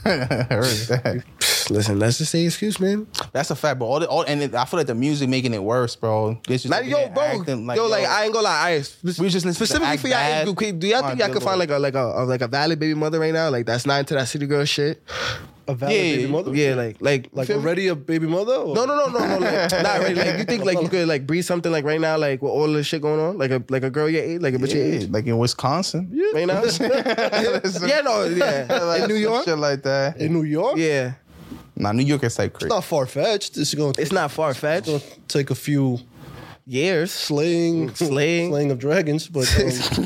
S3: I heard that.
S2: Listen, let's just say excuse, man.
S3: That's a fact, but all, the, all and it, I feel like the music making it worse, bro. It's just
S2: Like,
S3: they
S2: yo, bro,
S3: acting
S2: yo, like I ain't gonna lie, I spe-
S3: We just listen to
S2: specifically
S3: Act
S2: for y'all age
S3: Bad.
S2: group. can- Do y'all
S3: My
S2: think y'all
S3: good
S2: could find
S3: lord.
S2: like a like a, a- like a valid baby mother right now? Like that's not into that city girl shit.
S1: A valid
S3: Yeah,
S1: baby mother.
S2: Yeah, like like
S1: Like
S2: feel me?
S1: already a baby mother? Or?
S2: No, no, no, no, no.
S3: [LAUGHS]
S2: Like, not really. Like you think like you could like breathe something like right now, like with all this shit going on, like a like a girl your age, like a bitch your
S3: yeah,
S2: age,
S3: like in Wisconsin. Yeah,
S2: right now.
S3: [LAUGHS]
S2: yeah, no, yeah. In New York,
S3: shit [LAUGHS] like
S1: [LAUGHS]
S3: that.
S1: In New York?
S2: yeah.
S3: Nah, New York is like crazy.
S1: It's not far fetched. It's going
S2: It's not far fetched.
S1: to take a few
S2: Years,
S1: slaying,
S2: Slaying.
S1: slaying of dragons, but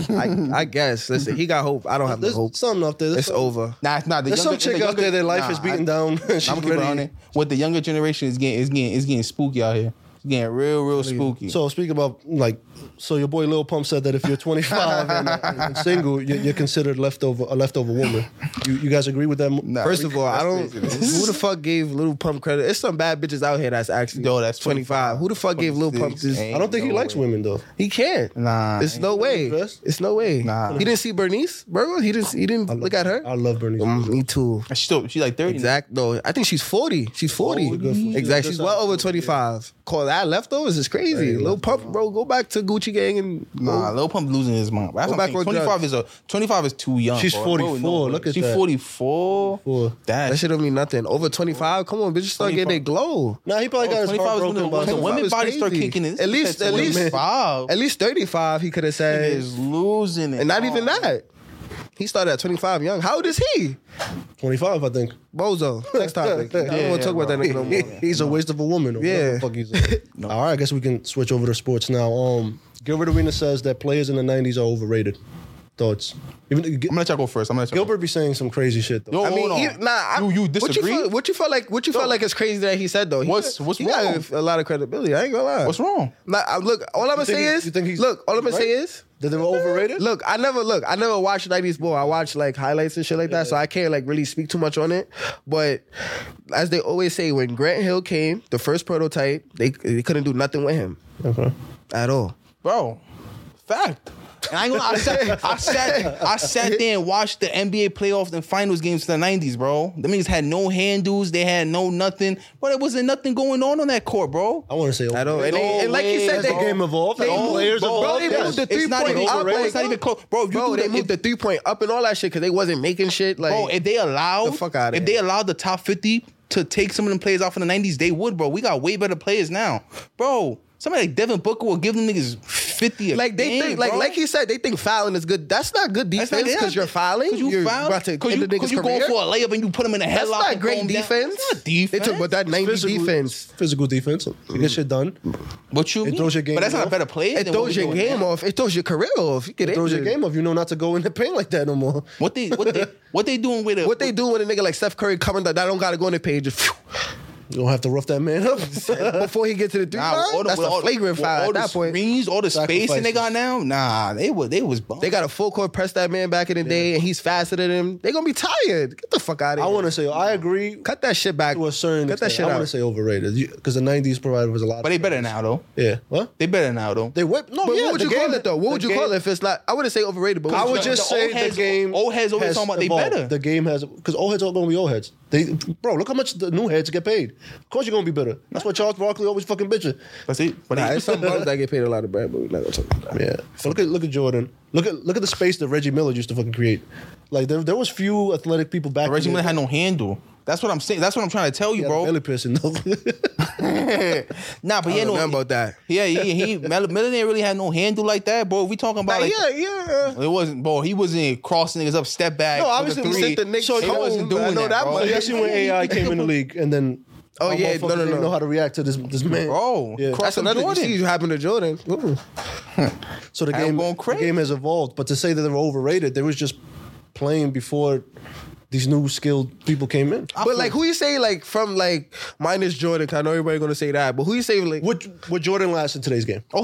S1: um,
S2: [LAUGHS] I, I guess. Listen, he got hope. I don't have no
S1: there's
S2: hope.
S1: something out there. There's
S2: It's
S1: some-
S2: over.
S3: Nah, it's not. The
S1: There's some
S3: younger-
S1: chick
S3: the
S1: out there
S3: younger-
S1: that life
S3: nah,
S1: is
S3: I-
S1: beaten down. [LAUGHS] She's
S3: I'm keeping on
S1: ready.
S3: it. What the younger generation is getting is getting is getting spooky out here. It's getting real, real spooky.
S1: So speaking about like, so your boy Lil Pump said that
S2: [LAUGHS]
S1: if you're 25 and, uh, and single, you're, you're considered leftover a leftover woman. You, you guys agree with that?
S3: Nah.
S2: First of all, I don't.
S3: That's crazy.
S2: Who the fuck gave Little Pump credit? It's some bad bitches out here that's actually
S3: Yo, that's
S2: 25. Who the fuck gave Little Pump
S3: 26,
S2: this?
S1: I don't think he
S3: No
S1: likes
S3: way.
S1: women though.
S2: He can't.
S3: Nah,
S2: it's no way.
S1: Best?
S2: It's no way.
S3: Nah.
S2: He didn't see Bernice Burgos. He didn't. He didn't look at her.
S1: I love Bernice.
S2: Mm, me too.
S3: She still she like thirty.
S2: Exact though. I think she's 40. She's 40.
S1: Oh, good for- she's good
S2: exactly. She's well
S1: size.
S2: over 25. Call that leftovers is crazy. Lil Pump, bro, go back to Gucci Gang and
S3: Nah, Lil Pump losing his mind. That's
S2: Go
S3: what I'm
S2: back
S3: saying.
S2: on
S3: 25 is a 25 is too young.
S1: She's
S3: bro.
S1: 44,
S3: Bro,
S1: look at
S3: she's
S1: that.
S3: 44.
S1: 44.
S3: That
S2: that shit don't mean nothing. Over 25, come on, bitches start getting their glow.
S1: Nah, he probably
S3: Oh,
S1: got his
S3: 25
S1: heart
S3: is when the-
S1: broken by
S3: when the
S1: some-
S3: women
S2: It's
S3: bodies start
S2: crazy.
S3: kicking in. This
S2: At
S3: nigga
S2: least-
S3: said
S2: at least-
S3: 25.
S2: At least 35, he could have said.
S3: is losing it.
S2: And not
S3: Oh.
S2: even that. He started at 25 young. How old is he?
S1: 25, I think.
S2: Bozo. Next topic. I don't
S3: [LAUGHS] Yeah,
S2: want to talk about that nigga no
S3: [LAUGHS]
S1: [LAUGHS]
S2: more.
S1: he's a waste of a woman. or whatever
S2: Yeah.
S1: the fuck he's
S2: [LAUGHS]
S1: a- All right, I guess we can switch over to sports now. Um, Gilbert Arena says that players in the 90s are overrated. Thoughts? Even
S3: I'm gonna let y'all go first. I'm gonna let y'all go.
S1: Gilbert be saying some crazy shit though.
S3: Yo,
S2: I mean,
S3: hold on.
S2: he, nah. I,
S3: you you
S2: What you,
S3: disagree?
S2: felt, what you felt like? What you felt like is crazy that he said though. He,
S3: What's- what's
S2: he got
S3: wrong?
S2: a lot of credibility. I ain't gonna lie.
S3: What's wrong?
S2: Nah, I, uh, look, all I'm gonna
S1: think
S2: say
S1: he-
S2: is,
S1: you think he's-
S2: look, all I'm gonna
S1: right?
S2: say is,
S1: That they were overrated?
S2: look, I never look, I never watched '90s ball. I watch like highlights and shit like that, so I can't like really speak too much on it. But as they always say, when Grant Hill came, the first prototype, they they couldn't do nothing with him
S1: Okay.
S2: at all.
S3: bro. Fact. And I ain't gonna. I sat, I sat. I sat there and watched the NBA playoffs and finals games to the '90s, bro. Them niggas had no handles. They had no nothing. But it wasn't nothing going on on that court, bro.
S1: I want to say
S2: I don't. And,
S1: overrated.
S2: they, and like you said,
S3: Has
S2: they
S1: the game evolved? Has
S2: They,
S1: the players
S2: bro,
S1: evolved?
S2: they
S1: Yes.
S2: moved the
S1: It's
S2: three
S3: not
S2: point
S3: even
S2: up.
S3: overrated.
S2: like,
S3: It's not even close. Bro, you
S2: bro,
S3: do
S2: they
S3: that-
S2: moved the three point up and all that shit because they wasn't making shit. Like,
S3: bro, if they allowed,
S2: The fuck outta here.
S3: if they allowed the top 50 to take some of them players off in the 90s, they would, bro. We got way better players now, bro. Somebody like Devin Booker will give them niggas 50. A
S2: like they
S3: game,
S2: think, like
S3: bro.
S2: like he said, they think fouling is good. That's not good defense
S3: That's not-
S2: because you're fouling.
S3: Cause you
S2: you're
S3: foul.
S2: about to
S3: cause
S2: end
S3: you,
S2: the
S3: cause
S2: nigga's
S3: you going
S2: career.
S3: for a layup and you put him in a headlock.
S2: That's not
S3: and
S2: great
S3: throw him down.
S2: defense.
S3: It's not defense.
S2: They took about that ninety
S1: Physical-
S2: defense.
S1: Physical defense. You get shit done.
S3: What you
S1: It
S3: mean?
S1: throws your game
S3: but that's not
S1: off.
S3: a better play.
S2: It
S3: than what
S2: throws
S3: we
S2: your
S3: doing
S2: game
S3: now.
S2: off. It throws your career off. You get
S1: Throws your
S2: injured.
S1: game off. You know not to go in the paint like that no more.
S3: What they
S2: [LAUGHS]
S3: what they what they doing with it?
S2: What they do when a nigga like Steph Curry coming that I don't gotta go on the page phew,
S1: You don't have to rough that man up. [LAUGHS]
S2: before he get to the three
S3: Nah, with all
S2: line?
S3: the-
S2: That's
S3: with all
S2: a
S3: the-
S2: flagrant
S3: with
S2: foul
S3: all
S2: at
S3: the
S2: that point.
S3: Screens, all the space that they
S1: Sacrifices.
S3: got now. Nah, they were they was bum.
S2: They got a full court press that man back in the day, and he's faster than him. They gonna be tired. Get the fuck out of
S1: I
S2: here.
S1: want to say I agree
S2: cut that shit back.
S1: to a certain
S2: cut that
S1: extent.
S2: shit
S1: I want to
S2: out.
S1: say overrated because the '90s provided was a lot.
S3: but they better now though.
S1: yeah. What?
S3: They better now though.
S1: They whip. No,
S2: But
S1: yeah,
S2: what would
S1: the
S2: you
S1: game-
S2: call it though? What would
S1: the
S2: you call
S1: game-
S2: it if it's not? I wouldn't say overrated, but what
S1: I
S2: would
S1: would
S2: you
S3: the-
S1: just
S3: the
S1: say
S3: old heads-
S1: the game.
S3: old heads always
S1: has
S3: talking about they
S1: evolved.
S3: better.
S1: The game has because old heads all gonna be old heads. They, bro, look how much the new heads get paid. Of course you're gonna be bitter. That's why Charles Barkley always fucking bitching.
S3: That's it. But
S2: Nah,
S3: he-
S2: it's some bums that get paid a lot of bread, but we're not gonna talk about that.
S1: Yeah. So look at look at Jordan. Look at look at the space that Reggie Miller used to fucking create. Like there, there was few athletic people back.
S3: [LAUGHS] Reggie
S1: in the-
S3: Miller had no handle. That's what I'm saying. That's what I'm trying to tell
S1: he
S3: you,
S1: had a
S3: bro. [LAUGHS]
S1: belly piercing though. [LAUGHS]
S3: nah, but he
S2: I
S3: had
S2: don't know
S3: no.
S2: about that.
S3: Yeah, he, he Miller Miller didn't really have no handle like that, bro. We talking
S2: Nah,
S3: about like,
S2: yeah, yeah.
S3: it wasn't, bro. He wasn't crossing niggas up, step back.
S2: No,
S3: took a
S2: obviously we
S3: three.
S2: sent the Knicks
S3: So he
S2: home,
S3: wasn't
S2: but I
S3: doing
S2: know
S3: that,
S2: that
S3: bro.
S2: much.
S1: Like, that's
S2: [LAUGHS]
S1: when AI came in the league, and then
S2: Oh,
S1: our
S2: yeah,
S1: motherfuckers
S2: no, no,
S1: didn't
S2: no.
S1: know how to react to this this man.
S3: Bro,
S1: Yeah.
S3: cross
S2: That's another
S3: Jordan.
S2: Jordan. You see what happened to Jordan. [LAUGHS] Ooh.
S1: So the
S3: Had 'em
S1: game,
S3: going
S1: the
S3: crazy.
S1: game has evolved, but to say that they were overrated, they was just playing before these new skilled people came in.
S2: But like, who you say like from like minus Jordan? 'cause I know everybody gonna say that, but who you say like?
S1: Would would Jordan last in today's game?
S3: Oh,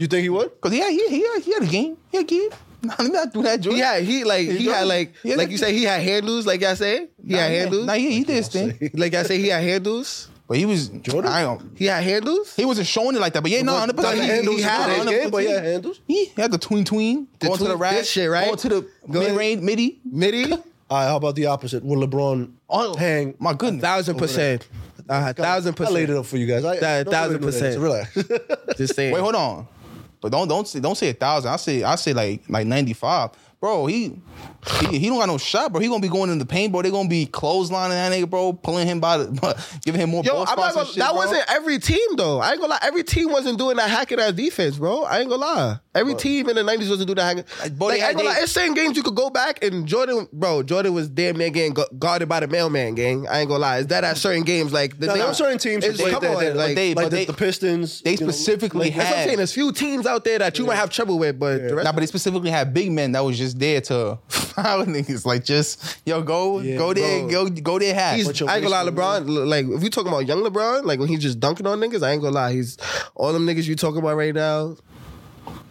S2: [COUGHS]
S1: You think he would?
S3: Because he had, he, he, had, he had a game. He had a game. Nah, let me not do that, Jordan.
S2: Yeah, he like he
S3: Jordan.
S2: had like
S3: Yeah,
S2: like
S3: that-
S2: you say he had handles, like I say he
S3: Nah,
S2: had
S3: [LAUGHS]
S2: handles.
S3: Nah, he, he did his thing.
S2: Like I say he had handles.
S3: But he was, Jordan? I don't,
S2: He had handles.
S3: he wasn't showing it like that. But yeah, no, 100%.
S2: Nah,
S3: he,
S2: handles
S3: he
S2: in
S3: had
S2: today's
S3: it.
S1: game, but yeah, handles.
S3: He had the tween tween.
S2: The
S3: going to the
S2: tween-
S3: rack.
S2: this shit, right?
S3: Going to the
S2: Go ahead.
S3: mid range, midi.
S2: Mitty,
S1: All right, how about the opposite? Will LeBron
S3: Oh,
S1: hang?
S3: My goodness.
S2: thousand percent, uh, thousand
S1: I laid it
S2: percent.
S1: up for you guys. I,
S2: That-
S1: nobody
S2: thousand
S1: knew that, so relax. [LAUGHS]
S2: Just saying.
S3: Wait, hold on. But don't don't say, don't say a thousand. I say I say like like ninety five, bro. He, he he don't got no shot, bro. He gonna be going in the paint, bro. They gonna be clotheslining that nigga, bro, pulling him by the, [LAUGHS] giving him more.
S2: Yo,
S3: ball
S2: I'm not
S3: spots and
S2: gonna,
S3: shit,
S2: that
S3: bro.
S2: wasn't every team though. I ain't gonna lie. Every team wasn't doing that hacking ass defense, bro. I ain't gonna lie. Every team in the nineties wasn't doing that hacking.
S3: Like,
S2: Like,
S3: bro, they
S2: I
S3: had-
S2: ain't gonna
S3: they-
S2: lie. It's certain games you could go back and Jordan, bro. Jordan was damn near getting gu- guarded by the mailman gang. I ain't gonna lie. Is that at certain games like the
S1: Now,
S2: nigga-
S1: there were certain teams
S2: It's-
S1: that played
S2: come
S1: that-
S2: on,
S1: that-
S2: like,
S3: they-
S1: like
S3: but
S1: the, the Pistons.
S3: They
S1: you know,
S3: specifically
S2: that's what I'm saying.
S3: had
S2: There's few teams out there that you might have trouble with, but the rest
S3: nah, but they specifically had big men that was just there to [LAUGHS] foul niggas, like just yo go
S1: Yeah,
S3: go there
S1: bro.
S3: go go there half.
S2: He's,
S1: Bunch of
S2: I ain't gonna lie,
S1: wasted
S2: LeBron. l- Like, if you talking about young LeBron, like when he's just dunking on niggas, I ain't gonna lie. He's all them niggas you talking about right now.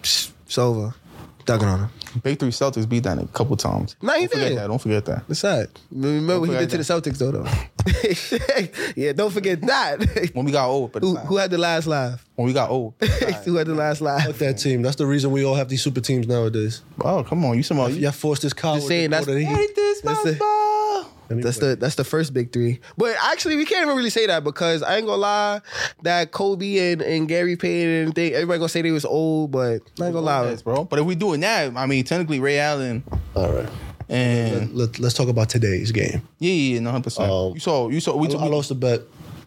S2: psh, It's over. Dunking on him.
S3: big three Celtics beat that nigga a couple times.
S2: Nah, he
S3: don't forget
S2: did.
S3: that. Don't forget that.
S2: What's that? Remember what he
S3: forget
S2: did to the Celtics though, though. [LAUGHS] yeah, don't forget that.
S3: When we got old,
S2: [LAUGHS]
S3: but
S2: who, who had the last laugh?
S3: when we got
S2: [LAUGHS]
S3: old,
S2: who had the last laugh?
S1: Fuck that team. That's the reason we all have these super teams nowadays.
S3: oh come on, you somehow you
S1: Y'all forced this coward.
S2: Just saying,
S1: to go
S2: that's-
S1: to the Heat.
S3: Ain't this my
S2: That's it.
S3: ball?
S2: That's the that's the first big three. But actually, we can't even really say that because I ain't gonna lie that Kobe and, and Gary Payton and they, everybody gonna say they was old, but I ain't gonna lie.
S3: Yes, bro. But if we do it now, I mean, technically Ray Allen
S1: All right.
S3: and
S1: Let, let's talk about today's game.
S3: yeah, yeah, one hundred percent.
S2: Uh,
S1: Um,
S3: You saw, you saw, we
S1: I,
S3: took.
S1: I lost a bet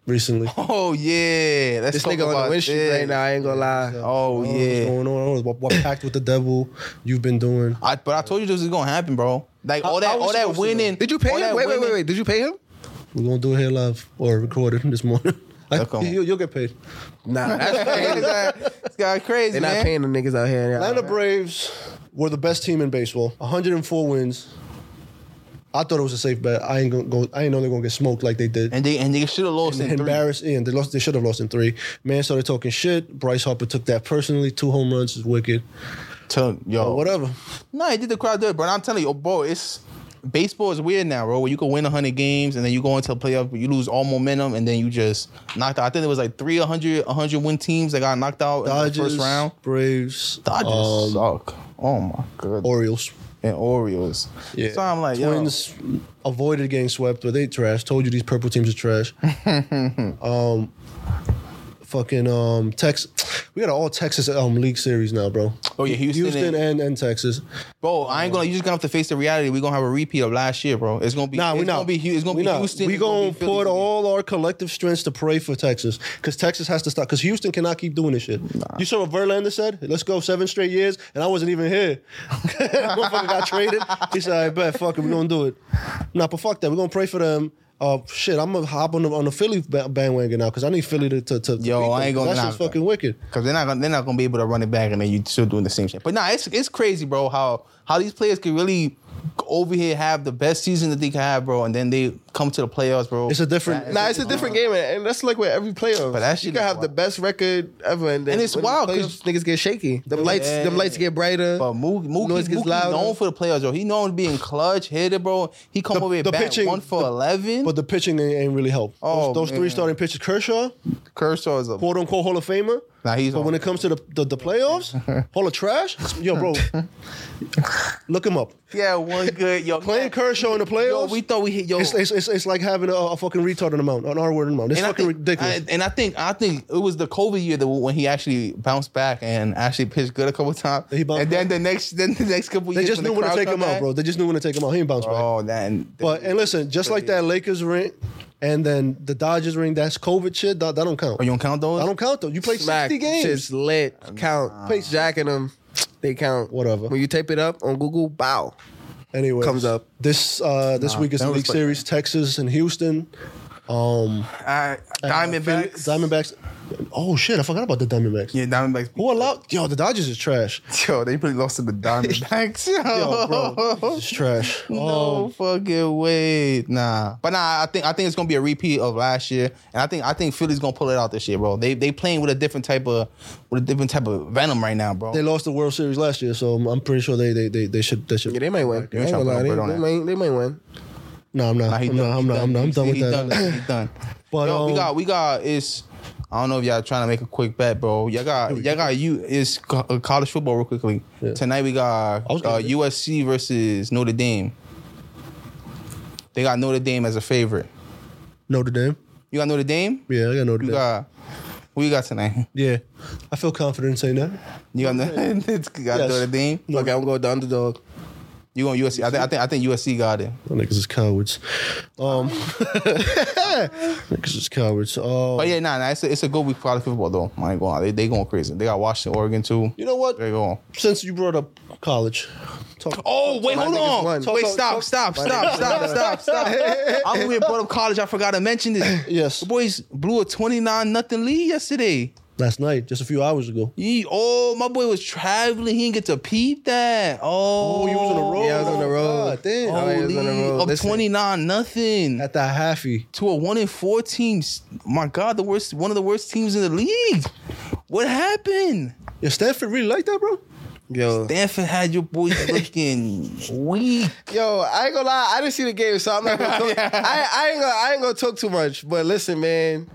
S1: recently.
S3: Oh yeah, let's
S2: This
S3: talk
S2: nigga on
S3: about
S2: the win sheet
S3: this.
S2: right now. I ain't gonna lie.
S3: Oh
S1: I don't know
S3: yeah,
S1: What's going on? I don't know what, what pact with the devil you've been doing?
S3: I, but I told you this was gonna happen, bro. Like all
S1: I- I
S3: that,
S1: was
S3: all that
S1: supposed to know.
S3: winning.
S2: Did you pay
S3: all
S2: him?
S3: that
S2: Wait, wait,
S3: winning-
S2: wait, wait. Did you pay him?
S1: We're gonna do it here live or recorded [LAUGHS] this morning. I,
S3: Look, um,
S1: you, you'll get paid.
S2: [LAUGHS] Nah, [LAUGHS] that's
S3: [LAUGHS] This guy- this guy crazy,
S2: They're not
S3: man.
S2: paying the niggas out here.
S1: Atlanta Braves were the best team in baseball. 104 wins. I thought it was a safe bet. I ain't gonna go. I ain't know they're gonna get smoked like they did.
S3: and they and they should have lost in three.
S1: Embarrassed in they lost. They should have lost in three. Man started talking shit. Bryce Harper took that personally. Two home runs is wicked.
S3: Took- yo,
S1: But whatever.
S3: No, he did the crowd good, but I'm telling you, oh, bro, it's baseball is weird now, bro. Where you can win 100 games and then you go into a playoff, but you lose all momentum and then you just knocked out. I think there was like three 100 100 win teams that got knocked out in the
S1: Dodgers,
S3: first round.
S1: Braves,
S3: Dodgers
S1: um,
S3: suck. Oh my god.
S1: Orioles.
S3: and Orioles.
S1: Yeah.
S3: So I'm like, yo,
S1: Twins avoided getting swept, but they trash. Told you these purple teams are
S3: [LAUGHS]
S1: trash. um, fucking um, Texas. We got an all Texas um league series now, bro.
S3: Oh, yeah, Houston
S1: Houston
S3: and-
S1: and, and, Texas.
S3: bro, I ain't gonna. You just gonna have to face the reality. We are gonna have a repeat of last year, bro. It's gonna be.
S1: Nah,
S3: it's
S1: we not.
S3: Gonna be, Hu- it's gonna
S1: we
S3: be
S1: not.
S3: Houston.
S1: We
S3: it's gonna
S1: gonna
S3: be Philly.
S1: put all our collective strengths to pray for Texas because Texas has to stop. Because Houston cannot keep doing this shit. You saw what Verlander said? Let's go seven straight years, and I wasn't even here. [LAUGHS] Motherfucker got traded. He said, "I bet, fuck it, we gonna do it." Nah, but fuck that. We are gonna pray for them. Uh, shit, I'm gonna hop on the on the Philly ba- bandwagon now because I need Philly to to, to to
S3: Yo,
S1: beat
S3: I
S1: them.
S3: ain't gonna
S1: That
S3: lie,
S1: shit's
S3: bro.
S1: fucking wicked.
S3: Cause they're not gonna they're not gonna be able to run it back, and then you still doing the same shit. But nah, it's it's crazy, bro. How how these players can really go over here have the best season that they can have, bro, and then they come to the playoffs, bro.
S1: It's a different.
S2: Nah, it's a different game, and and that's like with every player.
S3: But that shit
S2: you can
S3: is
S2: have the
S3: wild.
S2: best record ever, and then
S3: And it's
S2: when
S3: wild,
S2: the playoffs, niggas get shaky. Them lights, them lights get brighter.
S3: But Mookie, Mookie,
S2: Noise gets
S3: Mookie
S2: louder.
S3: known for the playoffs, bro. He known to being clutch hitter, bro. He come over here
S1: the
S3: back
S1: pitching-
S3: one for
S1: the-
S3: eleven.
S1: But
S3: But
S1: the pitching ain't ain't really helped. those
S3: Oh,
S1: those three
S3: man.
S1: starting pitchers, Kershaw,
S3: Kershaw is a
S1: quote unquote Hall of Famer.
S3: Nah, he's
S1: but
S3: on-
S1: when it comes to the the, the
S3: [LAUGHS]
S1: playoffs, Hall of Trash, yo, bro, look him up.
S3: yeah, one good yo.
S1: Playing Kershaw in the playoffs,
S3: Yo, we thought we hit yo.
S1: it's, it's, it's it's, it's like having a, a fucking retard in the mouth, an R word in the mouth. It's
S3: And I
S1: fucking
S3: think- uh,
S1: ridiculous.
S3: I- and I think I think it was the COVID year that when he actually bounced back and actually pitched good a couple times.
S1: He bounced
S3: and then the next then the next couple
S1: they
S3: years
S1: just
S3: when
S1: knew
S3: the
S1: when to
S3: crowd
S1: take
S3: come
S1: him out,
S3: back-
S1: bro. They just knew when to take him out. He didn't bounce back.
S3: Oh, then
S1: But and listen, just like that Lakers ring, and then the Dodgers ring. That's COVID shit. That, that don't count.
S3: Are Oh, you on count those?
S1: I don't count though. You played
S2: Smack,
S1: sixty games.
S2: shit's lit. Count. Pace jacking them. They count.
S1: Whatever.
S2: When you type it up on Google, bow.
S1: anyway,
S2: comes up.
S1: this uh, this week is the
S3: that was
S1: league
S3: like-
S1: series. Texas and Houston. Um,
S3: Uh, Diamondbacks.
S1: Diamondbacks. Oh shit! I forgot about the Diamondbacks.
S3: Yeah, Diamondbacks.
S1: Who allowed? Yo, the Dodgers is trash.
S3: Yo, they pretty lost to the Diamondbacks. Yo,
S1: [LAUGHS] Yo, bro, [LAUGHS] it's trash.
S3: No
S1: Um,
S3: fucking way, nah. But nah, I think I think it's gonna be a repeat of last year, and I think I think Philly's gonna pull it out this year, bro. They they playing with a different type of with a different type of venom right now, bro.
S1: they lost the World Series last year, so I'm, I'm pretty sure they they they, they should they should.
S2: Yeah, they might win.
S3: ain't
S2: I ain't gonna
S3: trying to
S2: lie,
S3: put
S2: They,
S3: a bet on
S2: they
S3: that.
S2: might, they might win.
S1: No, I'm not.
S3: Nah, he
S1: I'm,
S3: done.
S1: not I'm
S3: He
S1: not. I'm not. I'm done with
S3: he
S1: that.
S3: Done. He done.
S1: But,
S3: Yo, we
S1: um,
S3: got we got is. I don't know if y'all trying to make a quick bet, bro. Y'all got y'all got you is co- uh, college football real quickly. Tonight we got
S1: I was gonna
S3: uh,
S1: do-
S3: USC versus Notre Dame. They got Notre Dame as a favorite.
S1: [LAUGHS] Notre Dame.
S3: You got Notre Dame.
S1: Yeah, I got Notre
S3: You
S1: Dame.
S3: got who you got tonight? [LAUGHS]
S1: yeah, I feel confident in saying that.
S3: You got [LAUGHS] it's got
S1: Yes.
S3: Notre Dame.
S2: Okay, I'm going with the underdog.
S3: You going USC? I think I think I think USC got it.
S1: Oh, Niggas is cowards. Um, [LAUGHS] niggas is cowards. Um,
S3: But yeah, nah, nah it's a, it's a good week for college football though. I ain't going. out. They they going crazy. They got Washington, Oregon too.
S1: you know what?
S3: They going.
S1: Since you brought up college, talk.
S3: Oh wait,
S2: My
S3: hold
S2: niggas
S3: on.
S2: won.
S3: Wait,
S1: Talk-
S3: stop,
S1: talk-
S3: stop, stop, stop, stop, stop. I'm here brought up college. I forgot to mention this.
S1: Yes.
S3: the boys blew a 29 nothing lead yesterday.
S1: Last night, just a few hours ago.
S3: Ye- oh, my boy was traveling. He didn't get to peep that. Oh,
S1: you was on the road.
S2: Yeah, I was on the
S1: Oh,
S2: road.
S1: God damn.
S2: Oh, yeah, I was on the
S3: Holy,
S2: road.
S3: up
S2: Listen,
S3: 29 nothing
S1: At the halfy.
S3: to a one in four team. My God, the worst, one of the worst teams in the league. What happened?
S1: Yeah, Stanford really like that, bro.
S2: Yo,
S3: Stanford had your boys looking weak.
S2: Yo, I ain't gonna lie. I didn't see the game, so I'm not
S3: [LAUGHS]
S2: gonna. Talk, I, I ain't gonna. I ain't gonna talk too much. But listen, man.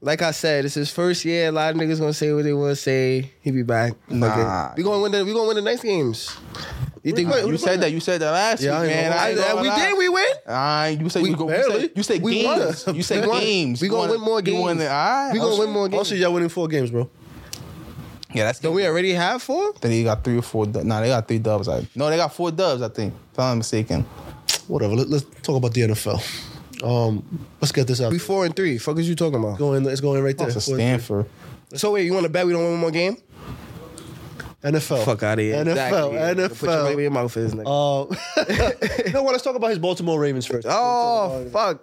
S2: Like I said, it's his first year. A lot of niggas gonna say what they wanna say. He be back.
S3: Nah.
S2: Okay. we gonna win. The, we gonna win the next games. You think?
S1: Wait, who
S3: You
S1: the
S3: said that. You said that last
S1: Yeah, I
S3: week,
S1: ain't
S3: man.
S1: gonna
S3: I
S2: I,
S3: ain't gonna
S2: we
S3: lie.
S2: did. We win.
S3: I you said
S2: We
S3: you, go,
S1: barely.
S3: you said you said
S2: We
S3: games.
S2: won.
S3: You said
S2: We won.
S3: games.
S2: We
S3: You
S2: gonna
S3: wanna-
S2: win more
S3: You
S2: games.
S3: wanna- all right. Oh,
S2: We gonna win more
S1: Also,
S2: games.
S1: y'all winning four games, bro.
S3: Yeah, that's
S2: Don't we already have four?
S3: Then they got three or four. du- Nah, they got three dubs. I, no, they got four dubs. I think, if I'm not mistaken.
S1: Whatever. Let, let's talk about the NFL. Um, let's get this out. Oh,
S2: We four and three. Fuck is you talking about?
S1: going, it's going right there.
S3: That's a Stanford.
S2: So wait, you want to bet we don't win one more game?
S1: NFL.
S2: Fuck out of here.
S1: NFL.
S2: Exactly. Put your
S1: NFL.
S2: baby in your mouth, is nigga.
S1: Uh, [LAUGHS]
S2: [LAUGHS]
S1: you know what? Let's talk about his Baltimore Ravens first.
S2: Um, oh fuck.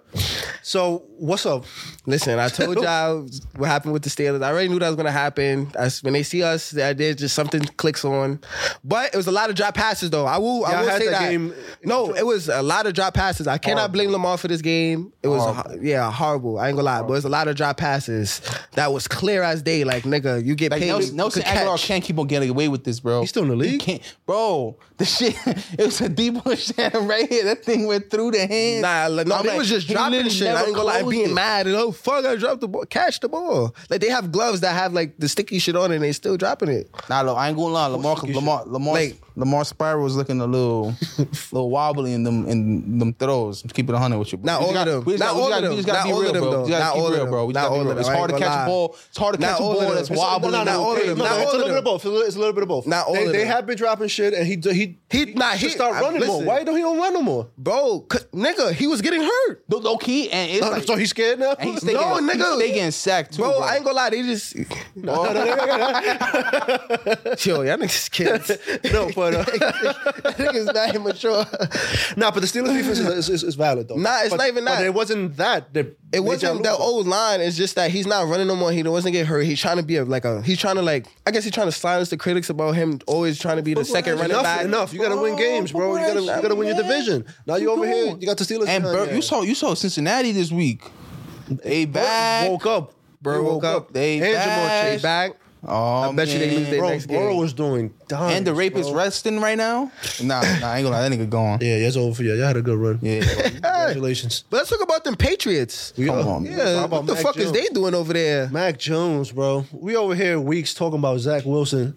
S1: So what's up?
S2: Listen, I told y'all what happened with the Steelers. I already knew that was gonna happen. I, when they see us, the idea is just something clicks on. But it was a lot of drop passes, though. I will,
S1: Yeah, I
S2: I will
S1: had
S2: say
S1: that
S2: that.
S1: game-
S2: no, it was a lot of drop passes. I cannot blame Lamar for this game. It was,
S3: Horrible.
S2: yeah, horrible. I ain't gonna lie, but it was a lot of drop passes. That was clear as day. Like nigga, you get
S3: Like
S2: paid.
S3: Nelson, Nelson
S2: to catch.
S3: Aguilar can't keep on getting away with this, bro.
S1: He's still in the
S3: He
S1: league.
S3: can't, bro. [LAUGHS] The shit, it was a deep [LAUGHS] push down right here. That thing went through the hand.
S2: Nah, like, no,
S3: I'm
S2: they
S3: like,
S2: was just
S3: he
S2: dropping
S3: literally
S2: shit. I
S3: never
S2: ain't gonna lie,
S3: closed
S2: being
S3: it.
S2: mad. and, Oh fuck, I dropped the ball. Catch the ball. Like they have gloves that have like the sticky shit on, it and they still dropping it.
S3: Nah, look, I ain't gonna lie. Lamar, Lamar, Lamar,
S2: Like-
S3: Lamar Spiral was looking
S2: [LAUGHS]
S3: a little, little wobbly in them in them throws. Keep it hundred with you.
S2: Not
S3: We just
S2: all of
S3: gotta-
S2: them.
S3: we just
S2: Not
S3: gotta- we
S2: all
S3: just
S2: of
S3: gotta-
S2: them.
S3: We just
S2: Not
S3: gotta be
S2: all of
S3: real,
S2: them,
S3: bro.
S2: though.
S3: We just gotta
S2: Not
S3: be
S2: all of
S3: real,
S2: them.
S3: bro. We just
S2: Not
S3: gotta be
S2: all of
S3: real.
S2: them.
S3: It's
S2: I ain't
S3: hard to
S2: gonna
S3: catch a
S2: lie.
S3: ball. It's hard to
S2: Not
S3: catch a
S2: all of
S3: ball
S2: them.
S3: that's
S2: It's all-
S3: wobbly.
S2: no, no,
S3: Not
S2: all of
S3: okay.
S2: them.
S1: No,
S2: Not
S1: it's
S2: all
S1: a
S2: of
S1: little bit of
S2: them.
S1: both. It's a little, it's a little bit of both.
S2: Not all
S1: they,
S2: of
S1: they
S2: them.
S1: have been dropping shit, and he d- he
S2: He- nah,
S1: should
S2: he-
S1: start
S2: I-
S1: running more.
S2: listen.
S1: Why don't he don't run no more?
S2: Bro, c- nigga, he was getting hurt.
S3: Low- Low key, and it's like,
S1: [LAUGHS] so he's scared now.
S3: and he's
S2: No,
S3: taking,
S2: nigga.
S3: they getting sacked too,
S2: Bro,
S3: bro.
S2: I ain't gonna lie, they just yo, y'all niggas [LAUGHS] kids.
S1: no, but uh,
S2: that nigga's not immature.
S1: nah, but the Steelers defense is, is, is, is valid though.
S2: Nah, it's
S1: But-
S2: not even
S1: but
S2: that.
S1: it wasn't that. that made
S2: It
S1: y'all
S2: wasn't
S1: lose.
S2: the old line. It's just that he's not running no more. He wasn't get hurt. He's trying to be a, like a. He's trying to like. I guess he's trying to silence the critics about him always trying to be the second running
S1: enough,
S2: back.
S1: Enough, you gotta win
S3: Bro,
S1: games, bro. You gotta, you gotta win your
S3: man.
S1: division. Now you over here,
S3: doing?
S1: you got the Steelers.
S3: and
S1: behind
S3: bro,
S1: you.
S3: you saw you saw Cincinnati this week. They
S1: Bro,
S3: back.
S1: woke up.
S2: Bro,
S1: They
S2: woke up.
S3: They
S1: and Jamar
S3: back.
S1: Chase.
S2: Back.
S3: Oh,
S2: I bet you they lose their
S1: Bro,
S2: next game.
S1: Burrow was doing dimes,
S3: And the rape is
S1: bro.
S3: resting right now. Nah, nah, I ain't gonna lie. That nigga gone.
S1: Yeah, that's over for you. Y'all had a good run.
S3: Yeah.
S1: Congratulations.
S2: But let's talk about them Patriots.
S1: We
S3: Come
S1: up.
S3: on, man.
S2: Yeah,
S1: How about
S2: what the
S1: Mac
S2: fuck is
S1: Jones?
S2: they doing over there?
S1: Mac Jones, bro. We over here weeks talking about Zach Wilson,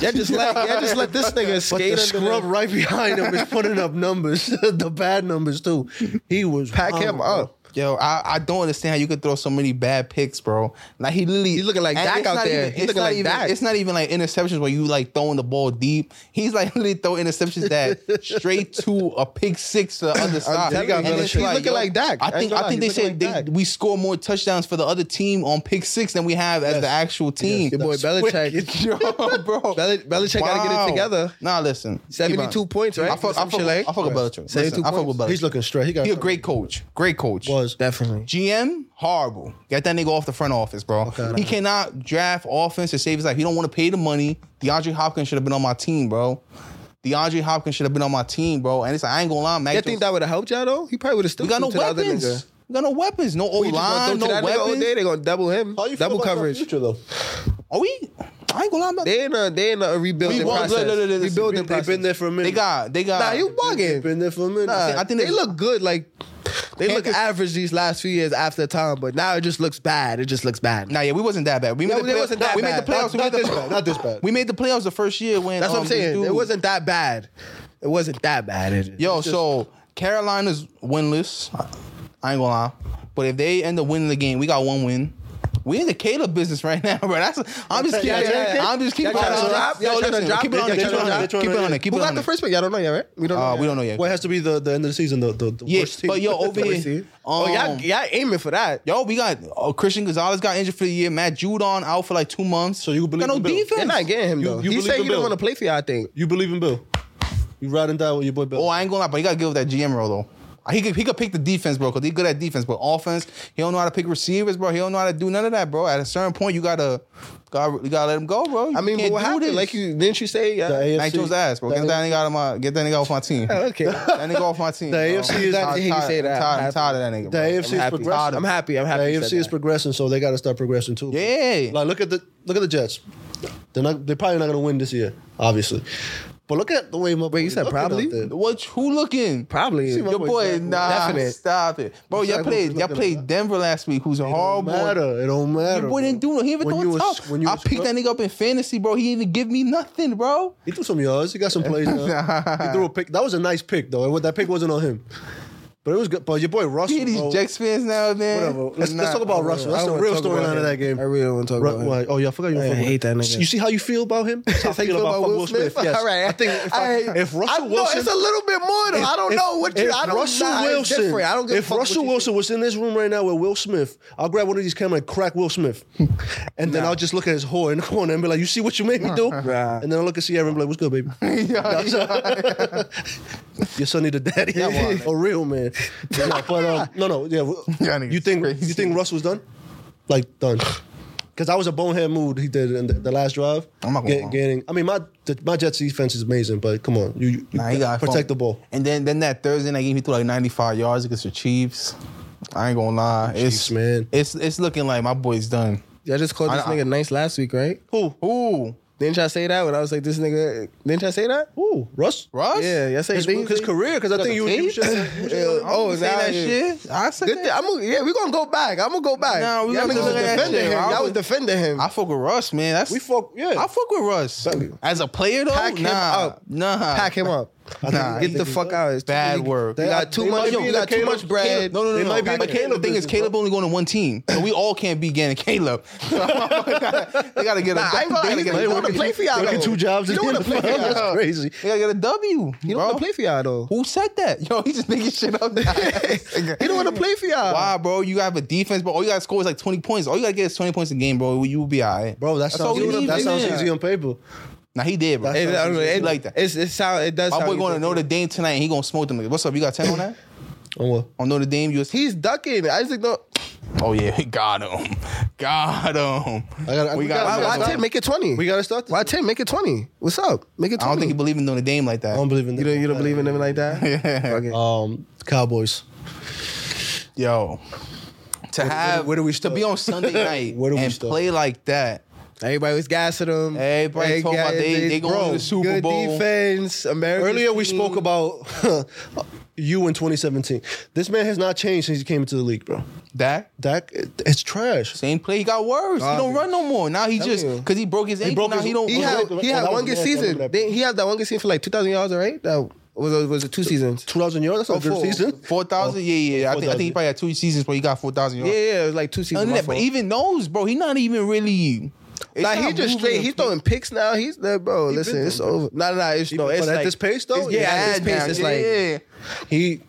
S2: Y'all just let y'all just let [LAUGHS] this nigga
S1: but
S2: skate
S1: the
S2: under
S1: scrub
S2: the,
S1: right behind him
S2: [LAUGHS]
S1: is putting up numbers, [LAUGHS] the bad numbers too. He was
S2: pack him
S1: horrible.
S2: up.
S3: Yo, I, I don't understand how you could throw so many bad picks, bro. Like he literally
S2: He looking like
S3: and
S2: Dak
S3: it's
S2: out
S3: not
S2: there.
S3: even-
S2: He
S3: it's
S2: looking
S3: not
S2: like
S3: even-
S2: Dak.
S3: It's not even like interceptions where you like throwing the ball deep. He's like [LAUGHS] literally throwing
S2: [LAUGHS]
S3: interceptions that straight to a pick six to the other side.
S2: telling you,
S3: And
S2: brother,
S3: it's
S2: he's looking like Dak. I
S3: I
S2: ain't
S3: think
S2: gonna
S3: I
S2: lie,
S3: think they
S2: he's looking
S3: said
S2: like
S3: they,
S2: Dak.
S3: we score more touchdowns for the other team on pick six than we have as the actual team.
S2: Your
S3: [LAUGHS]
S2: boy Belichick.
S3: Yo, bro.
S2: Bel- Belichick gotta get
S3: Wow.
S2: it together.
S3: Nah, listen.
S2: 72 points, right?
S3: I fuck, I
S2: Some
S3: fuck,
S2: shit like-
S3: I fuck with Belichick.
S2: 72
S3: Listen, I fuck with
S2: points.
S3: Belichick.
S1: He's looking straight. He got
S3: He a great coach. Great coach.
S1: was
S2: Definitely.
S3: GM horrible. Get that nigga off the front office, bro. he cannot draft offense to save his life. He don't want to pay the money. DeAndre Hopkins should have been on my team, bro. DeAndre Hopkins should have been on my team, bro. And it's like, I ain't gonna lie, Mac.
S2: Y'all think
S3: Jones-
S2: that would have helped y'all though? He probably would have still
S3: we got no
S2: threw to the other
S3: weapons.
S2: nigga.
S3: We got no weapons. No O
S2: He just gonna throw
S3: line.
S2: to
S3: No
S2: that nigga all day,
S3: weapons.
S2: They gonna double him.
S1: How you feel
S2: double
S1: about that
S2: coverage.
S1: Future, though?
S3: Are we? I ain't gonna lie about that.
S2: They in a they in a rebuilding
S3: We won-
S2: process.
S3: look, look, look, listen.
S2: rebuilding
S1: They've
S2: process.
S1: been there for a minute.
S3: They got. They got.
S2: Nah, you
S1: They've
S2: bugging.
S1: been there for a minute.
S2: I think they,
S3: they-
S2: look good. Like they look
S3: Panthers-
S2: average these last few years after time, but now it just looks bad. It just looks bad.
S3: Nah, yeah, we wasn't that bad. We made
S2: No,
S3: the
S2: they
S3: play-
S2: wasn't that
S3: we
S2: bad.
S3: made the playoffs.
S2: Not-
S3: We
S1: not
S3: made
S1: this
S3: the-
S1: bad. Not this bad.
S3: We made the playoffs the first year when
S2: That's what
S3: um,
S2: I'm
S3: this
S2: saying. It
S3: dude-
S2: wasn't that bad. It wasn't that bad. It,
S3: Yo, so Carolina's winless. I ain't gonna lie, but if they end up winning the game, we got one win. We in the Caleb business right [LAUGHS] now, bro. That's I'm just keeping.
S2: Yeah, yeah, yeah.
S3: I'm just keeping.
S2: Y'all tryna
S3: it on-
S2: drop? Y'all
S3: Yo,
S2: tryna
S3: listen,
S2: drop?
S3: Keep it on
S1: Y'all
S3: it. Keep it
S1: tryna
S3: on it.
S1: drop?
S3: Keep it on it. Keep
S2: who
S3: it
S2: got
S3: on
S2: the
S3: it.
S2: first pick? Y'all don't know yet, right? We don't.
S3: Uh,
S2: know
S3: we
S2: yet.
S3: don't know yet.
S1: Well, it has to be the, the end of the season, the, the, the
S3: Yeah,
S1: worst team. [LAUGHS]
S3: but yo, over
S1: Worst
S3: here,
S1: team.
S2: Oh,
S3: um,
S2: y'all, y'all aiming for that?
S3: yo, we got uh, Christian Gonzalez got injured for the year. Matt Judon out for like two months.
S1: So you believe
S3: got no
S1: in Bill?
S3: defense?
S2: They're not getting him
S1: You-
S2: though.
S1: you
S2: he
S1: believe
S2: said
S1: in
S2: he didn't
S1: Bill?
S2: want to play for y'all. I think.
S1: You believe in Bill? You ride and die with your boy Bill.
S3: Oh, I ain't gonna lie, but he gotta give up that GM role though. He could, he could pick the defense, bro, because he good at defense. But offense, he don't know how to pick receivers, bro. He don't know how to do none of that, bro. At a certain point, you gotta, gotta you gotta let him go, bro. You
S2: I mean,
S3: can't
S2: but what
S3: do
S2: happened?
S3: this.
S2: Like you didn't you say? uh,
S1: the
S2: Yeah.
S1: AFC,
S3: Mac Jones ass, bro. Get
S1: the-
S3: that nigga out of my get that nigga off my team. that
S2: Okay.
S3: [LAUGHS] nigga off my team.
S1: The
S3: bro.
S1: AFC is-
S3: I'm
S2: I didn't hear you
S3: tired-
S2: say that.
S3: I'm tired, I'm tired of that nigga.
S1: The
S3: bro.
S1: AFC is
S2: happy.
S1: progressing.
S2: I'm happy. I'm happy
S1: The
S2: you
S1: AFC
S2: said
S1: is
S2: that.
S1: progressing, so they got to start progressing too.
S3: Yeah.
S1: Like look at the look at the Jets. They're not. They're probably not going to win this year, obviously. But look at the way my wait.
S2: you said probably?
S3: What? Who looking?
S2: Probably.
S1: See my
S3: Your
S1: boy
S3: boy,
S1: Zach
S3: nah,
S2: Definite.
S3: stop it, bro. Y'all
S1: Zach
S3: played,
S1: was
S3: y'all
S1: looking
S3: played
S1: like-
S3: Denver last week, who's a
S1: It don't
S3: horrible
S1: matter. It don't matter.
S3: Your boy didn't do no. He even
S1: When
S3: throw
S1: you
S3: a
S1: was-
S3: touch.
S1: when you
S3: I
S1: was
S3: picked that
S1: scrub-
S3: nigga up in fantasy, bro. He didn't even give me nothing, bro.
S1: He threw some yards. He got some [LAUGHS] plays. now. He threw a pick. That was a nice pick, though. That pick wasn't on him, but it was good. But your boy Russell.
S3: He these
S1: bro,
S3: Jets fans now, man.
S1: Whatever. Let's,
S3: Nah.
S1: let's talk about Russell. That's
S2: I
S1: the
S2: don't
S1: real
S2: wanna talk about
S1: storyline of
S2: him.
S1: that game.
S2: I really don't wanna talk
S1: Ru-
S2: about him.
S1: why- Oh, yeah, I forgot you. fuck
S2: I
S1: with-
S2: hate that nigga.
S1: You see how you feel about him? That's how I feel about, Will Smith. [LAUGHS] Yes.
S2: All right.
S1: I think if, I, if Russell
S2: I, no,
S1: Wilson,
S2: it's a little bit more though. I don't
S1: if-
S2: know what you.
S1: if
S2: I don't
S1: Russell
S2: know. It's
S1: Wilson,
S2: different. I don't give a
S1: if
S2: fuck what
S1: Russell
S2: you
S1: Wilson was in this room right now with Will Smith, I'll grab one of these cameras and crack Will Smith, and then I'll just look at his whore in the corner and be like, "You see what you made me do?"
S2: Nah.
S1: And then I'll look at Sierra and be like, "What's good,
S2: [LAUGHS]
S1: baby? [LAUGHS] Your son need a daddy,
S3: man.
S1: a real man." But no, but, um, no, no, yeah.
S2: [LAUGHS]
S1: w-
S3: Yeah, nigga's
S1: you think
S3: crazy.
S1: you think Russell's done? Like done. Because I was a bonehead mood he did in the, the last drive.
S3: I'm not gonna
S1: Get-
S3: lie.
S1: getting. I mean, my the, my Jets defense is amazing, but come on, you, you
S3: Nah, he got
S1: protect
S3: fumbled.
S1: the ball.
S3: And then then that Thursday night game, he threw like 95 yards against the Chiefs. I ain't gonna lie. It's
S1: Chiefs, man.
S3: It's it's looking like my boy's done.
S2: Y'all just called this
S3: I- I-
S2: nigga nice last week, right?
S1: Who?
S3: Ooh,
S2: Didn't y'all say that when I was like, this nigga? Didn't y'all say that?
S1: Who? Russ?
S3: Russ.
S2: Yeah, y'all say
S1: His,
S2: didn't you
S1: his
S2: say-
S1: career, because I think you, you
S3: tape?
S1: should. you should-
S2: Yeah.
S3: [LAUGHS] Oh,
S2: Oh,
S3: say that
S2: nah,
S3: shit. I said
S2: Good thing.
S3: that.
S2: I'm gonna, yeah, we're gonna go back. I'm gonna go back.
S3: Nah, we
S2: Y'all
S3: gonna
S2: niggas was
S3: look at that
S2: defending
S3: shit.
S2: him.
S3: I
S2: Y'all was
S3: would-
S2: defending him.
S3: I fuck with Russ, man. That's
S1: we fuck. Yeah.
S3: I fuck with Russ as a player though.
S2: Pack him
S3: nah,
S2: up.
S3: nah.
S2: Pack him up.
S3: Nah,
S2: Get the fuck out. It's too-
S3: Bad
S2: you-
S3: work.
S2: You got too
S1: They
S2: much.
S1: might
S2: You
S1: be
S2: got
S1: the
S2: too
S1: Caleb-
S2: much bread.
S1: Caleb-
S3: No, no, no.
S1: They
S3: no.
S1: might be
S3: but
S1: the
S3: Caleb, the
S1: Caleb
S3: thing is,
S1: business,
S3: Caleb only going to one team, so we all can't be getting Caleb. [LAUGHS] they gotta get a.
S2: Nah, I ain't gonna lie,
S3: they gotta
S2: he's
S3: get
S2: like,
S3: a
S2: wanna
S3: W.
S2: play for y'all,
S1: Working
S2: though.
S1: two jobs.
S2: You
S1: in
S2: don't wanna
S1: the
S2: play for
S1: NFL,
S2: y'all.
S1: That's crazy.
S3: They gotta get a W.
S2: You don't
S3: bro.
S2: want to play for y'all though.
S3: Who said that? Yo, he just making shit up. [LAUGHS]
S2: You don't want to play for y'all.
S3: Why, bro? You have a defense, but all you gotta score is like 20 points. All you gotta get is 20 points a game, bro. You will be all right.
S1: Bro, that
S3: That's all
S1: sounds,
S3: we
S1: easy-
S3: need,
S1: that
S3: man.
S1: sounds easy on paper.
S3: Now he did, bro.
S1: That's-
S2: It, I don't know, it,
S3: He like that.
S2: It's, it sound. It does.
S3: My
S2: sound
S3: boy going to
S2: easy.
S3: Notre Dame tonight and he gonna smoke them. niggas. What's up? You got 10 on that?
S1: On what?
S3: On Notre Dame, you was
S2: He's ducking. Isaac. No.
S3: Oh yeah, [LAUGHS] he got him. Got him.
S1: I gotta-
S3: we
S1: we gotta- I
S2: Why, why
S3: got, we got
S1: gotta-
S2: ten? Make it twenty.
S1: We got to start this.
S2: Why ten? Make it twenty. What's up? Make it twenty.
S3: I don't think he believed in Notre Dame like that.
S1: I don't believe in
S2: you
S1: that.
S2: don't. You don't believe in him like that. [LAUGHS] Fuck it.
S1: Um, Cowboys.
S3: Yo, to have
S1: where do we
S3: to
S1: start?
S3: be on Sunday
S2: [LAUGHS]
S3: night
S1: Where do we
S3: and
S1: start?
S3: play like that?
S2: Everybody was gassing them.
S3: Everybody talking about they- they going to the Super
S2: good
S3: Bowl.
S2: defense. America.
S1: Earlier we
S2: Mm.
S1: spoke about [LAUGHS] you in 2017. This man has not changed since he came into the league, bro.
S3: That
S1: Dak, it- it's trash.
S3: same play, he got worse. He don't
S2: Garbage.
S3: run no more. Now he just
S2: you.
S3: because he broke his ankle.
S1: broke
S3: now
S1: his-
S3: he don't.
S2: He had he
S1: Oh,
S2: had
S1: that
S2: one
S1: was
S2: good
S1: nasty. I remember
S2: season.
S1: that.
S2: Then he had that one good season for like two thousand yards, right? That was was it two seasons?
S1: 2,000 yards, that's not a good
S2: four.
S1: season.
S3: Four thousand, yeah, yeah. I think, I
S1: 4,000.
S3: think he probably had two seasons where he got four thousand
S2: Yeah,
S3: yards.
S2: yeah, it was like two seasons.
S3: Other than
S2: my
S3: that, but
S2: fault.
S3: even those, bro, he not even really. it's
S2: Like he
S3: not
S2: just
S3: moving
S2: straight,
S3: the
S2: he's
S3: play.
S2: throwing picks now. He's like, bro, listen,
S1: been
S2: it's over. No, no, no, it's no,
S1: been-
S2: it's
S1: but at
S2: like-
S1: this pace, though?
S2: it's- yeah,
S1: Yeah,
S2: at this pace, it's like
S1: He,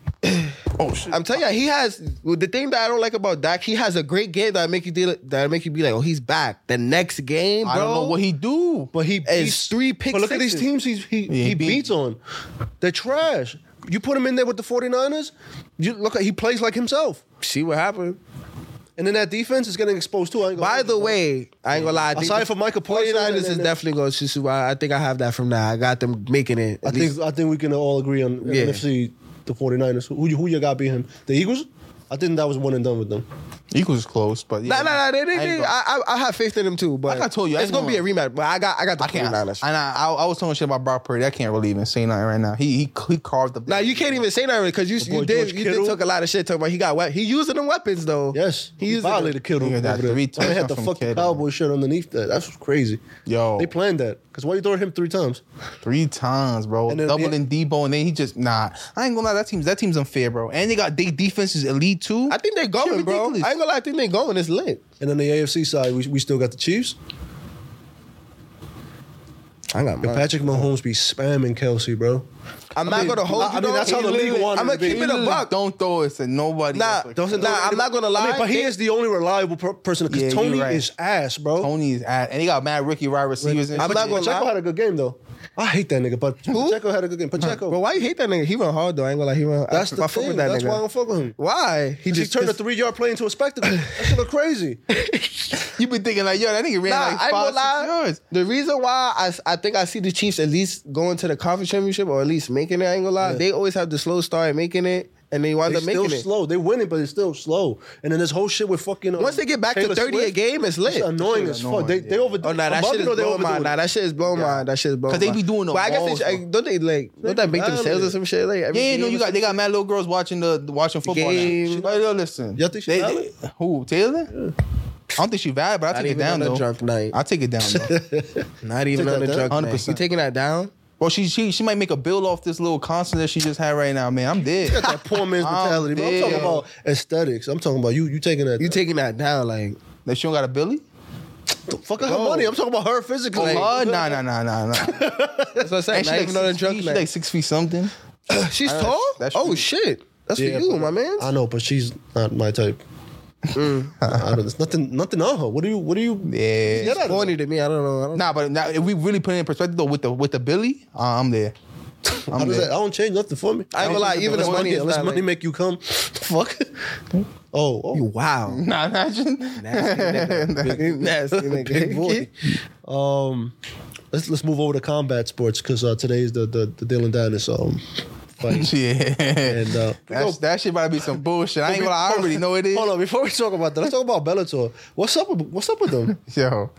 S3: oh shit.
S2: I'm telling you, he has well, the thing that I don't like about Dak. He has a great game that make you deal, that make you be like, oh, he's back. The next game, bro,
S3: I don't know what he do.
S1: but he
S2: is
S1: beats.
S2: three picks.
S1: But look at these teams he's, he,
S3: he
S1: he
S3: beat-
S1: beats on. They're trash. You put him in there with the 49ers, you look at he plays like himself.
S2: See what happened.
S1: And then that defense is getting exposed too. I ain't gonna-
S2: By the way, I ain't gonna lie. I think
S1: Aside
S2: the
S1: from Michael Porter
S2: 49ers
S1: and-
S2: is
S1: and-
S2: definitely going to Super Bowl. I think I have that from now. I got them making it.
S1: I
S2: at
S1: think
S2: least.
S1: I think we can all agree on
S2: Yeah.
S1: NFC the 49ers. Who you who you got beat him? The Eagles? I think that was one and done with them.
S3: Eagles is close, but
S2: Nah,
S3: yeah.
S2: nah, nah. They,
S3: I
S2: they,
S3: ain't
S2: they,
S3: gonna-
S2: I, I, I have faith in them too. But
S3: Like I told you, I
S2: it's
S3: ain't
S2: gonna be a
S3: gonna-
S2: rematch. But I got, I got the
S3: I can't.
S2: 49ers.
S3: And I, I, I was talking shit about Brock Purdy. I can't really even say nothing right now. He he, he carved up.
S2: Now you can't even say that because you,
S1: boy
S2: you did
S1: George
S2: you did
S1: Kittle.
S2: talk a lot of shit talking about he got wet. He using them weapons though.
S1: Yes,
S2: he
S1: he
S2: using them.
S1: violated Kittle.
S3: Nigga, that
S1: over there.
S3: three
S1: They had
S3: touchdowns
S1: the
S3: from
S1: fucking
S3: Kittle.
S1: cowboy shirt underneath that. That's crazy.
S3: Yo.
S1: they planned that because why you throwing him three times?
S3: Three times, bro.
S1: And then-
S3: Doubling Debo, and then he just nah. I ain't gonna lie. That team's that team's unfair, bro. And they got they defense is elite too.
S2: I think they're going,
S3: Shit
S2: bro. I ain't
S3: ridiculous.
S2: gonna lie, I think they're going. It's lit.
S1: And on the AFC side, we, we still got the Chiefs.
S2: I got
S1: And Patrick Mahomes be spamming Kelsey, bro.
S2: I'm not gonna hold
S1: I
S2: you.
S1: mean, that's how the league wanted
S2: I'm gonna
S1: it to be.
S2: keep it a buck.
S3: Mm. Don't throw it to nobody.
S2: Nah,
S3: That's
S2: don't-
S3: like-
S2: nah, I'm not gonna lie.
S1: I mean, but he
S2: They-
S1: is the only reliable per- person
S3: Yeah,
S1: because
S3: you're
S1: Tony
S3: right.
S1: is ass, bro.
S3: Tony's at, and he got mad Ricky wide receivers. And
S2: I'm
S3: shit.
S2: not gonna
S1: Pacheco
S2: lie.
S1: had a good game though. I hate that nigga, but Pacheco had a good game. Pacheco.
S2: Bro, why you hate that nigga? He run hard though. I ain't gonna lie. He run.
S1: That's
S2: I,
S1: the
S2: I fuck
S1: thing.
S2: with that
S1: That's
S2: nigga.
S1: why I don't fuck with him.
S2: why he
S1: He
S2: just
S1: turned a three yard play into a
S2: [SIGHS]
S1: spectacle. that shit look crazy.
S3: You been thinking like, yo, that nigga ran
S2: Nah,
S3: like
S2: I ain't
S3: five,
S2: gonna
S3: six
S2: lie.
S3: yards.
S2: The reason why I, s- I think I see the Chiefs at least going to the conference championship or at least making it, I ain't gonna lie. They always have the slow start and making it, and they wind
S1: They
S2: up
S1: still
S2: making it.
S1: slow. They winning, but it's still slow. And then this whole shit with fucking. um,
S2: Once they get back
S1: Taylor
S2: to 30 a
S1: Swift,
S2: game, it's lit.
S1: it's annoying as fuck. They they overdo.
S2: Oh nah,
S1: a
S2: that
S1: month
S2: shit
S1: ago,
S2: is
S1: they
S2: blowing my
S1: overdoing
S2: Nah,
S1: it.
S2: that shit is blowing my That shit is blowing
S3: 'Cause they
S2: my-
S3: be doing the
S2: But I guess
S3: balls,
S2: they, I,
S3: bro.
S2: don't they like don't that make them sales or some shit like every
S3: Yeah, no,
S2: game
S3: you
S2: or
S3: got they got mad little girls watching the watching football.
S2: Game.
S3: Game. Like, yo, listen,
S1: Y'all think she
S3: They-
S1: valid?
S3: they- who Taylor? I don't think she valid, but I
S2: Not
S3: take it
S2: even
S3: down
S2: on a
S3: though.
S2: drunk night.
S3: I take it down. though.
S2: something? [LAUGHS] Not even
S1: Take
S2: on
S1: that
S2: the
S1: down.
S2: drunk night.
S3: 100%.
S2: You taking that down?
S3: Well, she she she might make a bill off this little concert that she just had right now, man. I'm dead.
S1: That poor
S2: [LAUGHS] Oh,
S1: man's mentality. Bro. I'm talking
S3: dead.
S1: about aesthetics. I'm talking about you. You taking that?
S2: You taking that down? Like
S3: that she don't got a Billy?
S1: fucking her money. I'm talking about her physically.
S3: Oh, nah, nah, nah, nah,
S2: [LAUGHS]
S3: nah.
S2: that's what I'm saying.
S3: And she
S2: Not
S3: like,
S2: even on a
S3: six
S2: drunk
S3: feet, she like
S2: night.
S3: six feet something.
S2: She's
S3: I-
S2: tall.
S3: that's
S2: Oh
S3: true.
S2: shit, that's for
S1: Yeah,
S2: you,
S1: but-
S2: my man. Mm.
S1: I know, but she's not my type. [LAUGHS] I don't, there's nothing, nothing on her. What do you? What do you?
S3: Yeah.
S1: Get out of
S2: Corny to me. I don't know. I don't
S3: Nah, but now if we really put it in perspective though, with the with the Billy, uh, I'm there.
S1: How
S3: I'm
S1: does that?
S3: there.
S1: I don't change nothing for me.
S2: I ain't gonna lie, even
S1: Unless
S2: the money
S1: money,
S2: is
S1: unless
S2: not
S1: money
S2: like-
S1: make you come. Fuck. Oh, oh.
S2: Wow.
S3: Nah, [LAUGHS] imagine. [LAUGHS]
S2: Nasty nigga.
S1: Big boy. Um, let's let's move over to combat sports because uh, today is the the, the Dylan Dennis um fight.
S3: yeah.
S1: And uh,
S3: That's, that shit about to be some bullshit. [LAUGHS] I ain't gonna lie, I
S1: Hold on.
S3: already know it is.
S1: hold on, before we talk about that, let's talk about Bellator. What's up? With, what's up with them?
S3: Yo.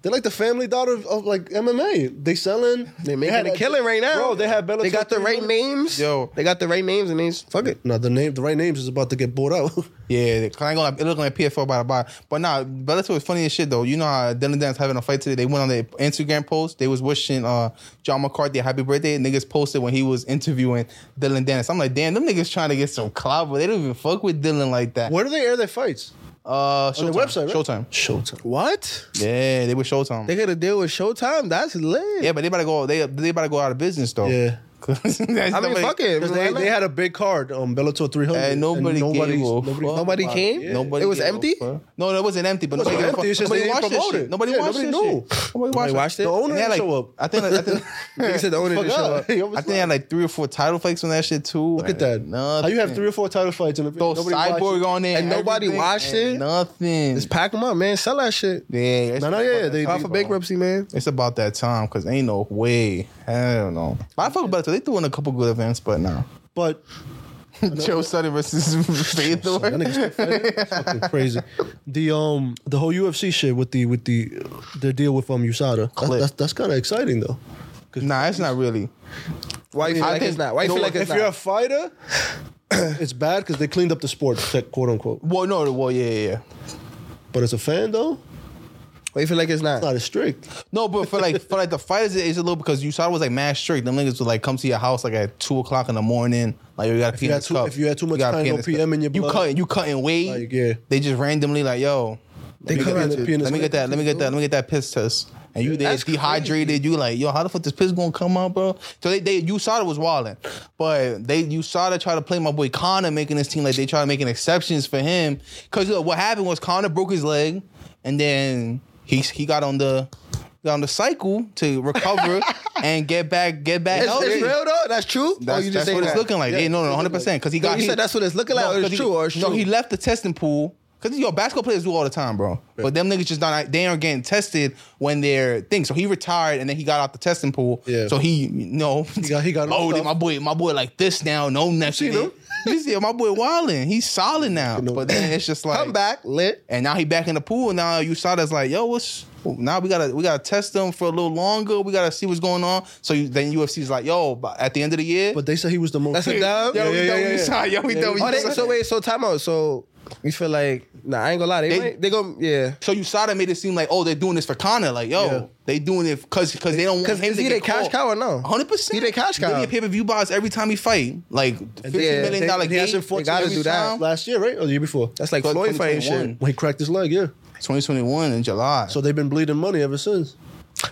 S1: They're like the family daughter of, of like MMA. They selling.
S2: They making
S1: had
S2: a
S1: a-
S2: killing right now.
S1: Bro, they had Bellator.
S2: They got the right
S1: 300.
S2: names.
S3: Yo.
S2: they got the right names, and they just- fuck it.
S1: No, the name, the right names is about to get bought out.
S3: Yeah, 'cause I ain't gonna lie, it look like PFL by the by. But nah, Bellator is funny as shit though. You know how Dylan Dan's having a fight today. They went on their Instagram post. They was wishing uh John McCarthy a happy birthday. Niggas posted when he was interviewing Dylan Dennis. I'm like, damn, them niggas trying to get some clout, but they don't even fuck with Dylan like that.
S1: Where do they air their fights?
S3: Uh,
S1: On
S3: Showtime.
S1: their website, right?
S3: Showtime.
S1: Showtime.
S2: What?
S3: Yeah, they were Showtime.
S2: They got a deal with Showtime. That's lit.
S3: yeah, but they better go. They they better go out of business though. [LAUGHS]
S1: Yeah.
S3: I
S2: I mean, fuck it.
S1: 'Cause they,
S2: Why
S1: they
S2: not?
S1: had a big card on Bellator 300.
S3: Hey, nobody
S1: and nobody's-
S3: gave a
S1: nobody-
S3: fuck.
S2: nobody
S3: about
S2: came?
S3: Yeah. Nobody
S2: It was
S3: gave a
S2: empty?
S3: fuck. No, it wasn't empty.
S1: It
S3: But
S1: wasn't
S3: nobody gave a
S1: empty,
S3: fuck.
S1: it's just
S3: nobody
S1: they didn't
S3: watched that
S1: promote
S3: shit.
S1: it.
S3: Nobody
S1: Yeah,
S3: watched
S1: nobody
S3: that
S1: knew.
S3: shit. Nobody watched,
S2: watched it?
S3: And
S2: The
S1: owner
S3: they had,
S1: didn't
S3: like-
S1: show up.
S3: I think. I think.
S2: They said the owner didn't show
S1: Forgot.
S2: up.
S1: Yo,
S3: I
S1: what's
S3: think they had like three or four title fights on that shit too.
S1: Look at that.
S3: Nothing.
S1: How you have three or four title fights in the
S3: Throw cyborg on there
S2: And nobody
S3: everything,
S2: watched
S3: and
S2: it?
S3: Nothing.
S2: Just pack them up, man. Sell that shit.
S3: yeah, it's
S1: No, no,
S3: about
S1: yeah,
S3: that
S1: they-
S3: time,
S2: File for
S3: bro.
S2: bankruptcy, man.
S3: It's about that time because ain't no way. Hell no. But I fuck about it. They threw in a couple good events, but no.
S1: But
S3: Joe Sutton [LAUGHS] versus
S1: That
S3: Faith Thor.
S1: nigga's
S3: [LAUGHS]
S1: fucking crazy. The um the whole UFC shit with the with the the deal with um USADA. That, that's that's kind of exciting though.
S3: Nah, it's not really.
S2: Why you feel
S3: I
S2: like
S3: think-
S2: it's not? Why you
S3: no,
S2: feel like
S1: if
S2: it's
S1: you're a
S2: not?
S1: fighter, [CLEARS THROAT] it's bad because they cleaned up the sport, quote unquote.
S3: Well, no, well, yeah, yeah, yeah.
S1: But as a fan though,
S2: Why you feel like it's not?
S1: not as strict.
S3: No, but for like for like the fighters, it- it's a little because you saw it was like mad strict. Them niggas would like come to your house like at two o'clock in the morning. Like you got to pee
S1: you
S3: in
S1: had
S3: this
S1: too-
S3: cup.
S1: if you had too much
S3: gotta
S1: time,
S3: pee
S1: no
S3: this
S1: PM
S3: cup.
S1: in your
S3: You
S1: blood.
S3: cut, you cutting weight.
S1: Like, yeah.
S3: They just randomly like, yo,
S2: They
S1: Let me
S2: come
S1: get
S2: at
S1: the
S2: you.
S1: penis
S3: let me
S1: back.
S3: get that, let me get that, let me get that piss test. And you there
S2: That's
S3: dehydrated. You like, yo, how the fuck this piss gonna come out, bro? So they, they USADA was wilding, but they USADA tried to play my boy Connor, making this team like they try to making exceptions for him. Cause look, what happened was Connor broke his leg, and then he he got on the got on the cycle to
S2: [LAUGHS]
S3: recover and get back get back
S2: It's,
S3: healthy.
S2: it's real though. That's true.
S3: That's,
S2: or Oh, you just
S3: that's
S2: saying
S3: what it's
S2: that?
S3: looking like. Yeah, no, no, hundred percent. Because he
S2: No,
S3: got.
S2: you
S3: he-
S2: said that's what it's looking like, or it's
S3: 'cause he-
S2: true, or it's
S3: no,
S2: true.
S3: he left the testing pool. Cause yo, basketball players do all the time, bro. But them niggas just not they aren't getting tested when they're thing. So he retired and then he got out the testing pool.
S1: Yeah.
S3: So he no
S1: got- he
S3: [LAUGHS]
S1: got
S3: loaded.
S1: himself.
S3: My boy, my boy like this now, no next.
S1: seen him?
S3: You see my boy Wildin. He's solid now.
S1: know.
S3: But then it's just like
S2: Come back, lit.
S3: and now he back in the pool. Now you saw that's like, yo, what's now we gotta we gotta test him for a little longer. We gotta see what's going on. So you, then UFC's like, yo, by- at the end of the year,
S1: But they said he was the most.
S2: That's a dub.
S3: yo,
S1: Yeah,
S3: we
S1: yeah,
S3: know
S1: yeah,
S3: what you
S1: yeah.
S3: saw, yo, we know what
S2: Oh,
S3: you
S2: they,
S3: saw.
S2: so wait, so time out. So you feel like nah? I ain't gonna lie. They
S3: They-
S2: might- they go yeah.
S3: So you saw that made it seem like, oh, they're doing this for Connor. Like, yo,
S1: Yeah.
S3: they doing it because because they don't want
S2: Cause
S3: him
S2: is
S3: to
S2: he
S3: get
S2: the cash
S3: caught.
S2: cow or no?
S3: Hundred percent.
S2: He the cash cow.
S3: He pay per view buys every time he fight. Like fifty
S2: yeah,
S3: million
S2: they-
S3: dollar
S1: he
S3: gate.
S1: hasn't fought
S3: every
S2: gotta do that.
S3: time.
S1: last year, right? Or the year before?
S2: That's like
S3: But
S2: Floyd fighting shit.
S3: 2021.
S1: when he cracked his leg. Yeah.
S3: 2021 in July.
S1: So they've been bleeding money ever since.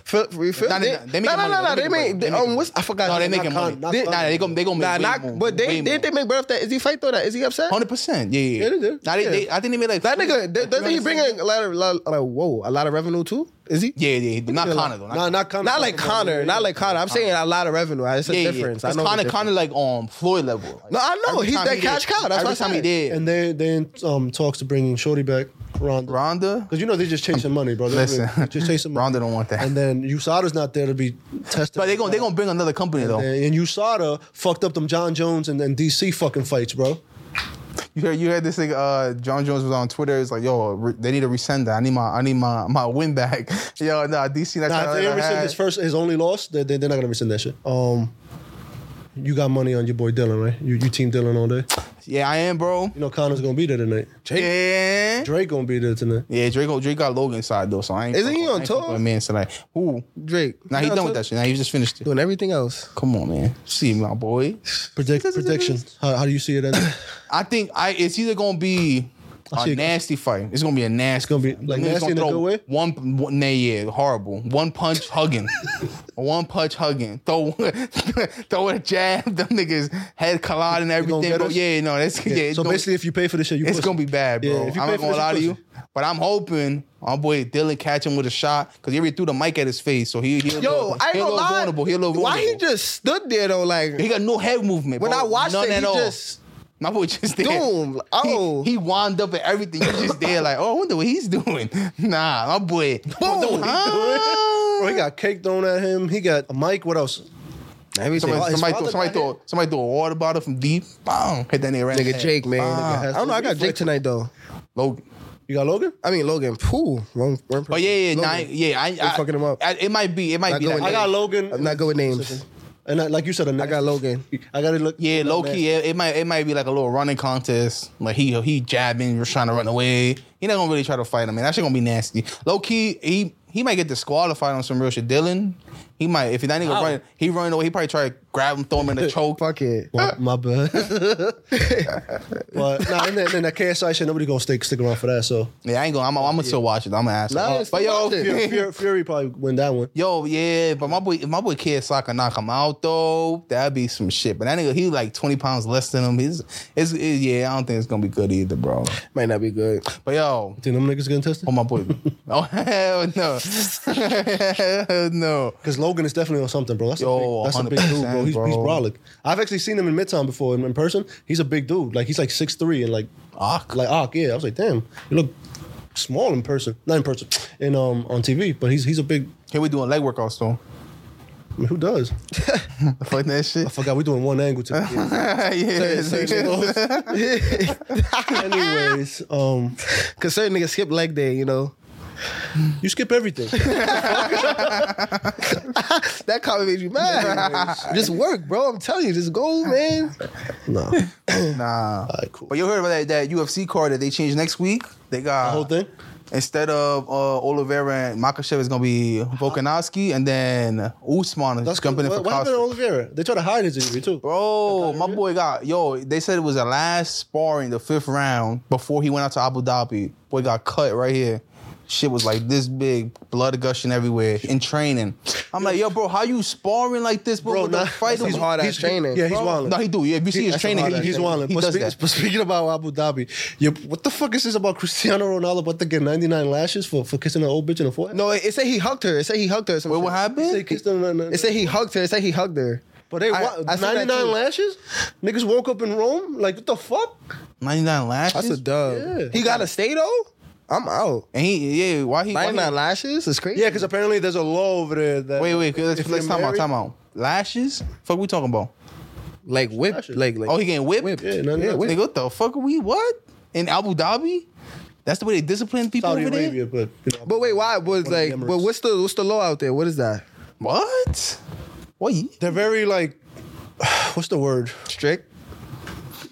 S2: Feel, you feel,
S3: Nah,
S2: they,
S3: they- they making
S2: nah, nah,
S3: money,
S2: nah, nah,
S3: though. They
S2: They
S3: making money.
S2: make. They,
S3: They making
S2: um, what's I forgot?
S3: no, they
S2: Nah,
S3: making
S1: Con-
S3: money.
S1: not
S3: They-
S1: Con-
S3: Nah, they gonna they gonna make
S2: Nah,
S3: way
S2: not.
S3: more,
S2: But
S3: way
S2: they didn't they
S3: more.
S2: make bread off that? Is he fight though? That is he upset?
S3: Hundred percent, yeah, yeah.
S1: Yeah, they did.
S3: Nah,
S1: Yeah.
S3: They, they, I think they made like
S2: That nigga th- doesn't he bring in a lot of, lot, lot of whoa a lot of revenue too? Is he?
S3: Yeah, yeah, yeah. not Connor though.
S1: Nah, not Connor.
S2: Not like Connor, not like Connor. I'm saying a lot of revenue. It's a
S3: yeah,
S2: difference.
S3: Yeah.
S2: I know the
S3: Connor,
S2: difference.
S3: Connor, like um Floyd level. Like,
S2: No, I know.
S3: every
S2: He's
S3: time
S2: that
S3: he
S2: cash
S3: did-
S2: cow. That's
S3: every
S2: what I
S3: time he
S2: said.
S3: did.
S1: And they they in um, talks to bringing Shorty back, Ronda.
S3: Rhonda,
S1: Because you know they just chasing money, bro. They
S3: Listen.
S1: they just chasing money.
S3: Ronda don't want that.
S1: And then USADA's not there to be tested.
S3: but they gonna they gonna bring another company though.
S1: And, and USADA fucked up them John Jones and, and DC fucking fights, bro.
S3: You heard, you heard this thing. Uh, John Jones was on Twitter. It's like, yo, re- they need to resend that. I need my, I need my, my win back. [LAUGHS] yo, nah, DC. That's
S1: Nah, if they didn't rescind his first, his only loss, they, they, they're not gonna rescind that shit. Um, you got money on your boy Dylan, right? You, you team Dylan all day.
S3: Yeah, I am, bro.
S1: You know Connor's gonna be there tonight.
S3: Yeah.
S1: Drake gonna be there tonight.
S3: Yeah, Drake, Drake got Logan side though, so I ain't.
S2: Isn't he
S3: fucking- I
S2: on
S3: ain't
S2: tour?
S3: fucking with Man, so like, who?
S2: Drake.
S3: Nah, he
S2: You know,
S3: done with that shit. Nah, he just finished it.
S2: Doing everything else.
S3: Come on, man. See my boy.
S1: Predict prediction. How, how do you see it? Ending?
S3: I think I. It's either gonna be.
S1: I
S3: A
S1: see it.
S3: nasty fight. It's gonna be a nasty. It's
S1: gonna be, like, nasty in a good way?
S3: One, one, nah, yeah, horrible. One
S1: [LAUGHS]
S3: punch hugging, one punch hugging. Throw, [LAUGHS] throw a jab. [LAUGHS] Them niggas head collide and everything.
S1: get
S3: Bro.
S1: us?
S3: Yeah, no, that's yeah. it's
S1: so
S3: gonna-
S1: basically, if you pay for this shit, you
S3: it's
S1: pussy.
S3: gonna be bad, bro.
S1: Yeah, if you
S3: I'm
S1: pay
S3: not
S1: for
S3: gonna
S1: this,
S3: lie to
S1: you
S3: you, but I'm hoping our boy Dylan catch him with a shot because he already threw the mic at his face, so he he a
S2: Yo,
S3: little-
S2: I ain't
S3: he
S2: gonna
S3: a little
S2: lie.
S3: vulnerable. He a little
S2: Why he
S3: vulnerable.
S2: just stood there though? Like
S3: He got no head movement.
S2: when
S3: bro.
S2: I watched
S3: None
S2: it,
S3: at
S2: he
S3: all.
S2: just
S3: My boy just there.
S2: Doom. Oh.
S3: He, he wound up at everything. You just there, like, oh, I wonder what he's doing. [LAUGHS] Nah, my boy. Boom.
S1: Bro, he got cake thrown at him. He got a mic. What else?
S2: everything.
S3: Somebody,
S1: his
S3: somebody,
S1: father
S3: throw,
S1: got
S3: somebody, throw, somebody throw a water bottle from deep. Boom. Hit that nigga right in the
S2: Nigga
S3: head.
S2: Jake, man.
S3: Ah.
S2: I don't know. I got Jake tonight though.
S3: Logan.
S1: You got Logan?
S2: I mean Logan. Pooh. Wrong, wrong
S3: Oh,
S2: person.
S3: yeah, yeah,
S2: Logan.
S3: nah, yeah. I, I,
S2: fucking him up.
S3: I, it might be. It might
S2: Not
S3: be.
S2: going
S3: That.
S1: I
S3: I
S2: there.
S3: got,
S1: got Logan.
S2: I'm not good with names.
S1: And I, like you said, a
S2: I got Logan.
S1: I gotta look.
S3: yeah, low key. It, it might. It might be like a little running contest. Like he he jabbing, just trying to run away. He not gonna really try to fight him, man. That shit gonna be nasty. Low key, he he might get disqualified on some real shit. Dylan, he might if that nigga
S1: How?
S3: running, he running away. He probably try to grab him, throw him in
S2: [LAUGHS]
S3: the choke.
S2: Fuck it.
S1: My, my
S2: [LAUGHS]
S1: bad. but nah, and then, then that KSI shit, nobody gonna stick stick around for that. So Uh,
S3: Yeah, I ain't gonna. I'm, I'm gonna still watch it. I'm gonna ask.
S2: Nah,
S3: him.
S2: Oh,
S3: Oh,
S2: it's
S3: but yo,
S2: watch it.
S1: Fury, Fury, Fury probably win that one.
S3: [LAUGHS] Yo, yeah, but my boy, if my boy Kid Soccer knock him out though, that'd be some shit. But that nigga, he like twenty pounds less than him. He's, it's, it- yeah, I don't think it's gonna be good either, bro.
S2: Might not be good.
S3: But yo,
S1: Think them niggas getting tested?
S3: Oh
S1: [LAUGHS]
S3: my boy. oh hell no. [LAUGHS] hell no.
S1: Because Logan is definitely on something, bro. That's
S3: Yo,
S1: a big, that's a big dude, bro.
S3: 100%,
S1: He's, he's
S3: bro.
S1: brolic. I've actually seen him in Midtown before in, in person. He's a big dude. Like he's like 6'3 and like
S3: Ock.
S1: like ah yeah. I was like, damn, you look small in person, not in person, in um on TV. But he's he's a big
S3: Here we doing leg workouts though.
S1: I mean, who does?
S3: Fuck that shit. [LAUGHS]
S1: I forgot we doing one angle today.
S3: yeah.
S1: [LAUGHS] Anyways, um,
S2: Cause certain niggas skip leg day, you know.
S1: you skip everything.
S2: [LAUGHS] That comment made you mad. just work, bro. I'm telling you, just go, man.
S1: Nah. All
S3: [LAUGHS] Nah.
S1: right, cool.
S3: But you heard about that, that UFC card that they changed next week? They got
S1: The whole thing?
S3: Instead of uh, Oliveira and Makachev, it's gonna be Volkanovski and then Usman is
S1: That's
S3: jumping in
S1: what,
S3: for
S1: what happened to
S3: Costa.
S1: Oliveira? They tried to hide his injury too.
S3: Bro, my boy got yo. They said it was the last sparring, the fifth round before he went out to Abu Dhabi. Boy got cut right here. Shit was like this big, blood gushing everywhere in training. I'm like, yo, bro, how you sparring like this, bro?
S1: Bro,
S3: with the
S1: nah,
S3: fight
S2: that's
S3: was-
S2: hard ass training.
S1: Yeah, he's
S3: Bro,
S1: wilding.
S3: No, he do. Yeah, if you see his
S1: That's
S3: training,
S1: a lot,
S3: he,
S1: he's
S3: he-
S1: wilding.
S3: He
S1: But,
S3: does
S1: speak-
S3: that.
S1: but speaking about Abu Dhabi, you, what the fuck is this about Cristiano Ronaldo about to get 99 lashes for, for kissing an old bitch in the forehead?
S2: No, it, it said he hugged her. It said he hugged her. or some
S3: Wait,
S2: shit.
S3: what happened?
S1: They kissed him, no, no, no.
S2: It said he hugged her. It said he hugged her.
S1: but they
S2: I-
S1: wa-
S2: I saw that
S1: 99
S2: too.
S1: lashes? Niggas woke up in Rome? Like, what the fuck?
S3: 99
S2: That's
S3: lashes.
S2: a dub.
S1: Yeah.
S2: He gotta stay though. I'm out.
S3: and he, yeah, why he? Why he
S2: 99 lashes is crazy.
S1: Yeah, because apparently there's a law over there that.
S3: wait, wait. Let's,
S1: if
S3: let's
S1: you're
S3: time out.
S1: married-
S3: Time out. Lashes? Fuck, we talking about?
S2: like whip,
S1: Lashes.
S2: like like.
S3: Oh, he getting whipped.
S2: whipped.
S1: Yeah, no, no, no.
S3: Nigga, what the fuck are we? What in Abu Dhabi? That's the way they discipline people
S1: Saudi
S3: over there.
S1: Arabia, but. You know,
S2: But wait, why was
S1: One of the
S2: like? But
S1: Emirates.
S2: what's the what's the law out there? What is that?
S3: What? What? you-
S1: They're very, like, [SIGHS] what's the word?
S2: Strict.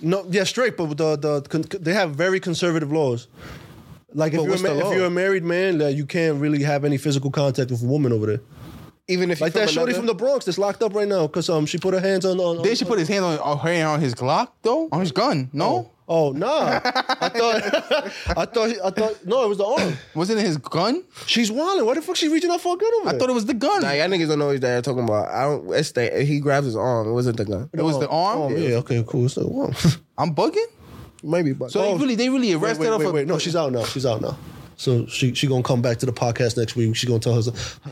S1: No, yeah, straight, but the the con- they have very conservative laws. Like if
S2: But
S1: you're, a
S2: what's
S1: ma-
S2: the law?
S1: if you're a married man, like, you can't really have any physical contact with a woman over there.
S2: Even if
S1: Like
S2: you're
S1: that shorty
S2: another-
S1: from the Bronx that's locked up right now because um she put her hands on. on, on
S3: They should put his hand on, on her hand on his Glock though, on his gun. No,
S1: [LAUGHS] Oh nah, I thought [LAUGHS] I thought I thought no, it was the arm.
S3: wasn't it his gun?
S1: She's wilding. Why the fuck she reaching out for a gun over
S3: I
S1: there?
S3: thought it was the gun.
S2: Nah, y'all niggas don't know what they're talking about. I don't. It's the he grabs his arm. It wasn't the gun.
S3: it was the arm.
S1: Oh yeah, okay, cool. So [LAUGHS] wow.
S3: I'm bugging.
S2: Maybe, but
S3: So
S1: Oh.
S3: they really, they really
S1: wait,
S3: arrested
S1: wait,
S3: her
S1: wait,
S3: for.
S1: wait. No, she's out now. She's out now. So she she gonna come back to the podcast next week. She gonna tell her,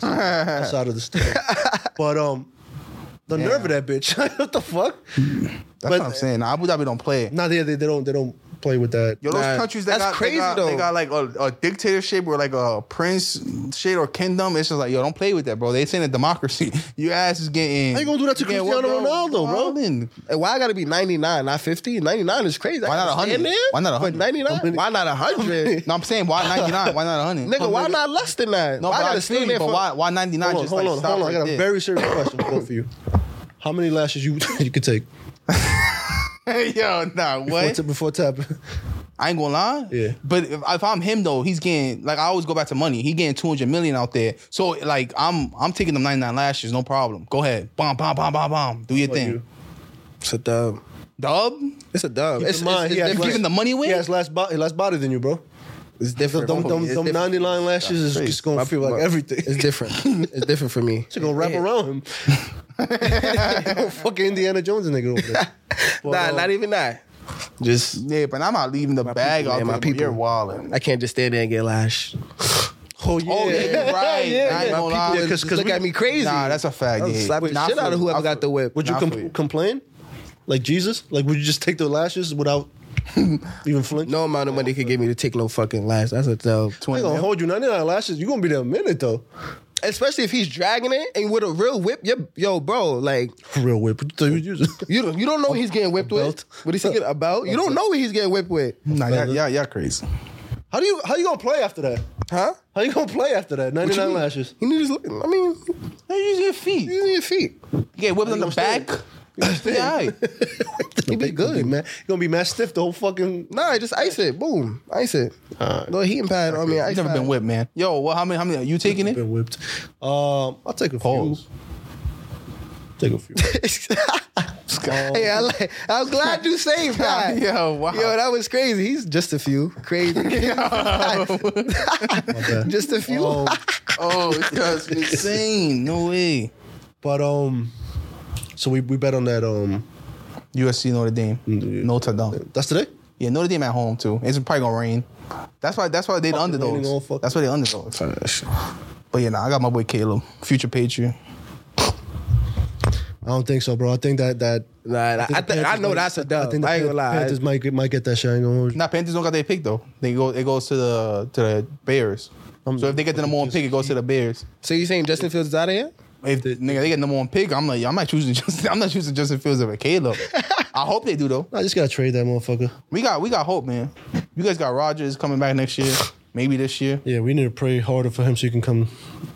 S1: her
S2: [LAUGHS]
S1: side of the story. But um, the nerve of that bitch. [LAUGHS] what the fuck?
S3: That's
S1: but-
S3: what I'm saying. Abu Dhabi don't play.
S1: Nah, they, they, they don't they don't play with that.
S3: Yo, those
S2: Nah,
S3: countries that
S2: that's
S3: got, they
S2: crazy,
S3: got-
S2: though.
S3: they got like a, a dictatorship or like a prince shit or kingdom. It's just like, yo, don't play with that, bro. They saying a democracy. [LAUGHS] Your ass is getting.
S1: How you gonna do that to
S3: you getting
S1: Cristiano
S3: what,
S1: Ronaldo, bro?
S3: Wildin'.
S2: And why I gotta be 99, not 50? 99 is crazy. I
S3: Why not
S2: gotta
S3: 100?
S2: stand there
S3: Why not
S2: for
S3: 100?
S2: 99? Why not 100?
S3: No, I'm saying why 99? Why
S1: [LAUGHS]
S3: not 100?
S2: Nigga, why not less than that?
S3: No,
S2: why I
S3: but I
S2: gotta
S3: feel
S2: stand
S3: you,
S2: there
S3: but
S2: for
S3: why, why 99?
S1: Hold on,
S3: just
S1: hold
S3: like
S1: on,
S3: stop
S1: hold on.
S3: right
S1: I got a
S3: there.
S1: very serious question for both of you. How many lashes you [LAUGHS] you could take
S3: [LAUGHS] yo, nah,
S1: before,
S3: what?
S1: ta- before [LAUGHS] tapping?
S3: I ain't gonna lie.
S1: Yeah.
S3: But if, if I'm him though, he's getting like I always go back to money. He getting 200 million out there. So like I'm I'm taking them 99 lashes, no problem. Go ahead, bomb, bomb, bomb, bomb, bomb. Do your
S1: about
S3: thing.
S1: you?
S2: It's a dub.
S3: Dub.
S2: It's a dub. It's,
S1: in mind,
S2: it's,
S1: he
S2: it's
S1: has
S2: different.
S3: giving the money away.
S1: He has less body, less body than you, bro.
S2: It's different.
S1: Them, them,
S2: It's
S1: them
S2: different.
S1: 99 lashes is
S3: crazy.
S1: just gonna
S2: My-
S1: feel like
S2: my-
S1: everything.
S2: It's different.
S1: [LAUGHS]
S2: it's different for me.
S1: It's gonna wrap around
S2: [LAUGHS]
S1: him. [LAUGHS] Yo, fucking Indiana Jones nigga over
S2: [LAUGHS]
S1: there. But,
S2: Nah,
S1: um,
S2: not even that. Just,
S3: Yeah, but I'm not leaving the bag
S2: people, man,
S3: out there.
S2: my
S3: My
S2: people.
S3: people, you're wilding.
S2: I can't just stand there and get lashed.
S1: Oh yeah,
S2: [LAUGHS]
S3: Oh yeah, right.
S1: Yeah,
S3: I
S1: yeah.
S3: ain't
S1: My
S3: gonna lie.
S1: people- 'cause-
S2: Just
S1: 'cause
S2: look
S1: we-
S2: at me crazy.
S3: Nah, that's a fact.
S2: I'll
S3: Yeah.
S2: slap the
S3: Nah,
S2: shit
S3: I
S2: out of
S3: feel you. I
S2: whoever
S3: feel
S2: got the
S3: you.
S2: whip.
S1: Would you
S3: Nah,
S1: com-
S3: I feel you.
S1: complain? Like Jesus? Like would you just take the lashes
S2: [LAUGHS]
S1: without even flinching?
S2: No amount of money could get me to take no fucking lash. That's a dub.
S1: I ain't gonna hold you 99 lashes. You're gonna be there a minute though.
S2: Especially if he's dragging it and with a real whip. Yo, yo bro, like,
S1: Real whip. What you thought you
S2: [LAUGHS]
S1: was using?
S2: You don't, you don't know what he's getting whipped
S1: Belt.
S2: with. What is he getting about? You don't know what he's getting whipped with.
S3: Nah, yeah, yeah, yeah, crazy.
S1: How do you how you gonna play after that?
S2: Huh?
S1: How you gonna play after that? 99 lashes.
S2: He need his. I mean,
S3: They use your feet.
S2: he need his feet.
S3: You get whipped on the
S1: gonna stay.
S3: back.
S1: [LAUGHS]
S3: Yeah, aight.
S2: He be
S1: Gonna be
S2: good.
S1: mad. You gonna be mad stiff the whole fucking
S2: Nah, just ice it. Boom, ice it.
S1: Alright.
S2: No heating pad. I mean,
S3: you
S2: ice
S3: never
S2: pad.
S3: been whipped, man. Yo, well, how many? How many? You taking
S1: [LAUGHS]
S3: it?
S1: been whipped. Um I'll take a
S3: Pause.
S1: few. Take a few.
S2: [LAUGHS] hey, I like, I'm glad you
S3: [LAUGHS]
S2: saved that.
S3: Yo, wow. [LAUGHS]
S2: Yo, that was crazy. He's just a few crazy. just a few.
S1: Um,
S3: Oh, it does insane. No way.
S1: but um so we, we bet on that um
S3: USC Notre Dame. Notre Dame.
S1: that's today?
S3: Yeah, Notre Dame at home too. It's probably gonna rain. That's why. That's why they the
S1: Fucking raining all
S3: underdogs.
S1: fucking-
S3: That's why they underdogs. But yeah, nah, I got my boy Caleb, future Patriot.
S1: I don't think so, bro. I think that that
S2: [LAUGHS] Nah, nah,
S1: the
S2: I, think I
S1: Panthers
S2: know
S1: might-
S2: that's a dub. I,
S1: the
S2: ain't gonna lie.
S1: Panthers might get, might get that shit. I ain't gonna hold you.
S3: Nah, Panthers don't got their pick though. They go. It goes to the to the Bears. so if they get the number one pick, it goes to the Bears.
S2: so you saying Justin Fields is out of here?
S3: If the, nigga they get number one pick, I'm like, yeah, I'm not choosing [LAUGHS] Justin. I'm not choosing Justin Fields over Caleb. I hope they do though.
S1: I just gotta trade that motherfucker.
S3: We got we got hope, man. You guys got Rogers coming back next year, maybe this year.
S1: Yeah, we need to pray harder for him so he can come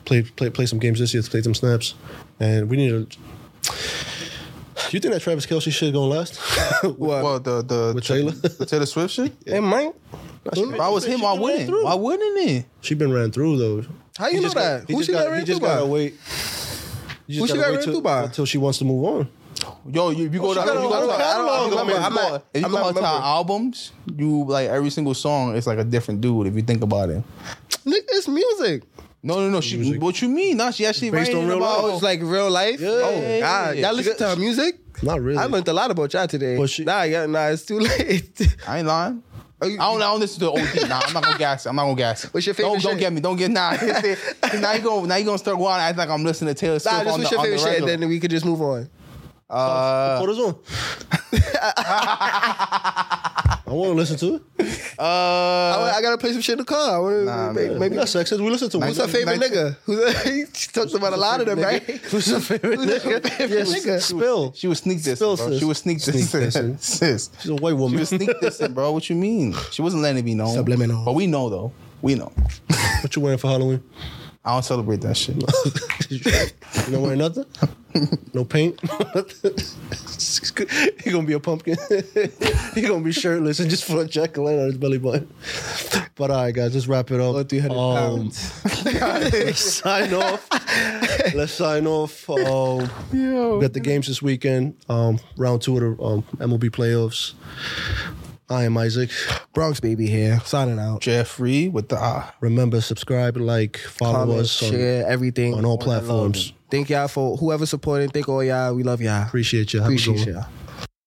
S1: play play play some games this year, play some snaps, and we need to. You think that Travis Kelsey shit gonna last?
S2: [LAUGHS] What?
S3: Well, the the
S1: With Taylor?
S3: the Taylor Swift shit.
S2: It might.
S3: If I was him, I wouldn't. Why wouldn't it?
S1: she been ran through though.
S2: How you know that? Who she got
S1: ran
S2: ran
S1: just
S2: through
S1: gotta
S2: by?
S1: wait. You
S2: Who
S1: just gotta
S2: she got
S1: wait
S2: ran
S1: till-
S2: through by?
S1: Until she wants to move on.
S3: Yo, you, if you go to
S2: got a
S3: you
S2: whole
S3: go to-
S2: catalog.
S3: I don't-
S2: I'm
S3: if you
S2: not- I'm
S3: go-
S2: not-
S3: if you
S2: I'm
S3: go
S2: not
S3: into
S2: remembering.
S3: albums, you like every single song is like a different dude. If you think about it,
S2: Nick, it's music.
S3: no, no, no. She, what you mean? Nah, she actually
S1: Based
S3: writing
S1: on real
S3: about-
S1: life?
S2: Oh, it's like real life. Oh God,
S3: yeah.
S2: y'all listen to her music.
S1: Not really.
S2: I learned a lot about y'all today.
S1: Well, she-
S2: nah, yeah, nah, it's too [LAUGHS] late.
S3: I ain't lying.
S2: Are
S3: I
S2: you-
S3: don't, I don't listen to OD. Nah, I'm
S2: [LAUGHS]
S3: not gonna gas. it. I'm not gonna gas. it.
S2: What's your favorite
S3: Don't, don't
S2: shit?
S3: get me. Don't get nah. [LAUGHS] now you gonna now you gonna start going out acting like I'm listening to Taylor Swift
S2: nah, just
S3: on,
S2: what's
S3: the,
S2: your
S3: on
S2: favorite
S3: the
S2: shit,
S3: regular.
S2: and then we could just move on.
S3: uh,
S1: Put us
S2: [LAUGHS]
S1: on. I want to listen to it.
S2: I,
S3: uh,
S2: wa- I gotta play some shit in the car. I wanna
S3: Nah,
S2: maybe,
S3: man.
S2: maybe-
S1: That's sexist. We listen to
S2: who's her favorite nigga? [LAUGHS] Who's she talks about a lot of them,
S1: [LAUGHS]
S2: right?
S1: Who's her favorite
S2: Who's her favorite
S1: nigga?
S2: nigga?
S1: Spill.
S3: she was sneak this,
S1: Spill,
S3: bro.
S1: sis.
S3: She was sneak this,
S1: Sneak dissing.
S3: [LAUGHS] sis.
S1: She's a white
S3: She
S1: woman.
S3: was sneak this, bro. What you mean? She wasn't letting it be known.
S2: Subliminal.
S3: But we know though. We know.
S1: What you wearing for Halloween? [LAUGHS]
S3: I don't celebrate that shit.
S1: you not wearing nothing? No paint? [LAUGHS] He gonna be a pumpkin. [LAUGHS] He gonna be shirtless and just put a jack o' lantern on his belly button. But all right, guys, let's wrap it up. Um,
S2: Or 300 Oh, pounds.
S1: [LAUGHS] let's sign off. Let's sign off. Um, we got the games this weekend. Um, round two of the um, MLB playoffs. I am Isaac.
S2: Bronx baby here, signing out.
S3: Jeffrey with the ah.
S1: Remember, subscribe, like, follow
S2: Comment,
S1: us on-
S2: share everything
S1: on all platforms.
S2: Thank y'all for whoever supporting. Thank all y'all. We love y'all.
S1: Appreciate you. Have a good
S2: Appreciate
S1: one.
S2: y'all.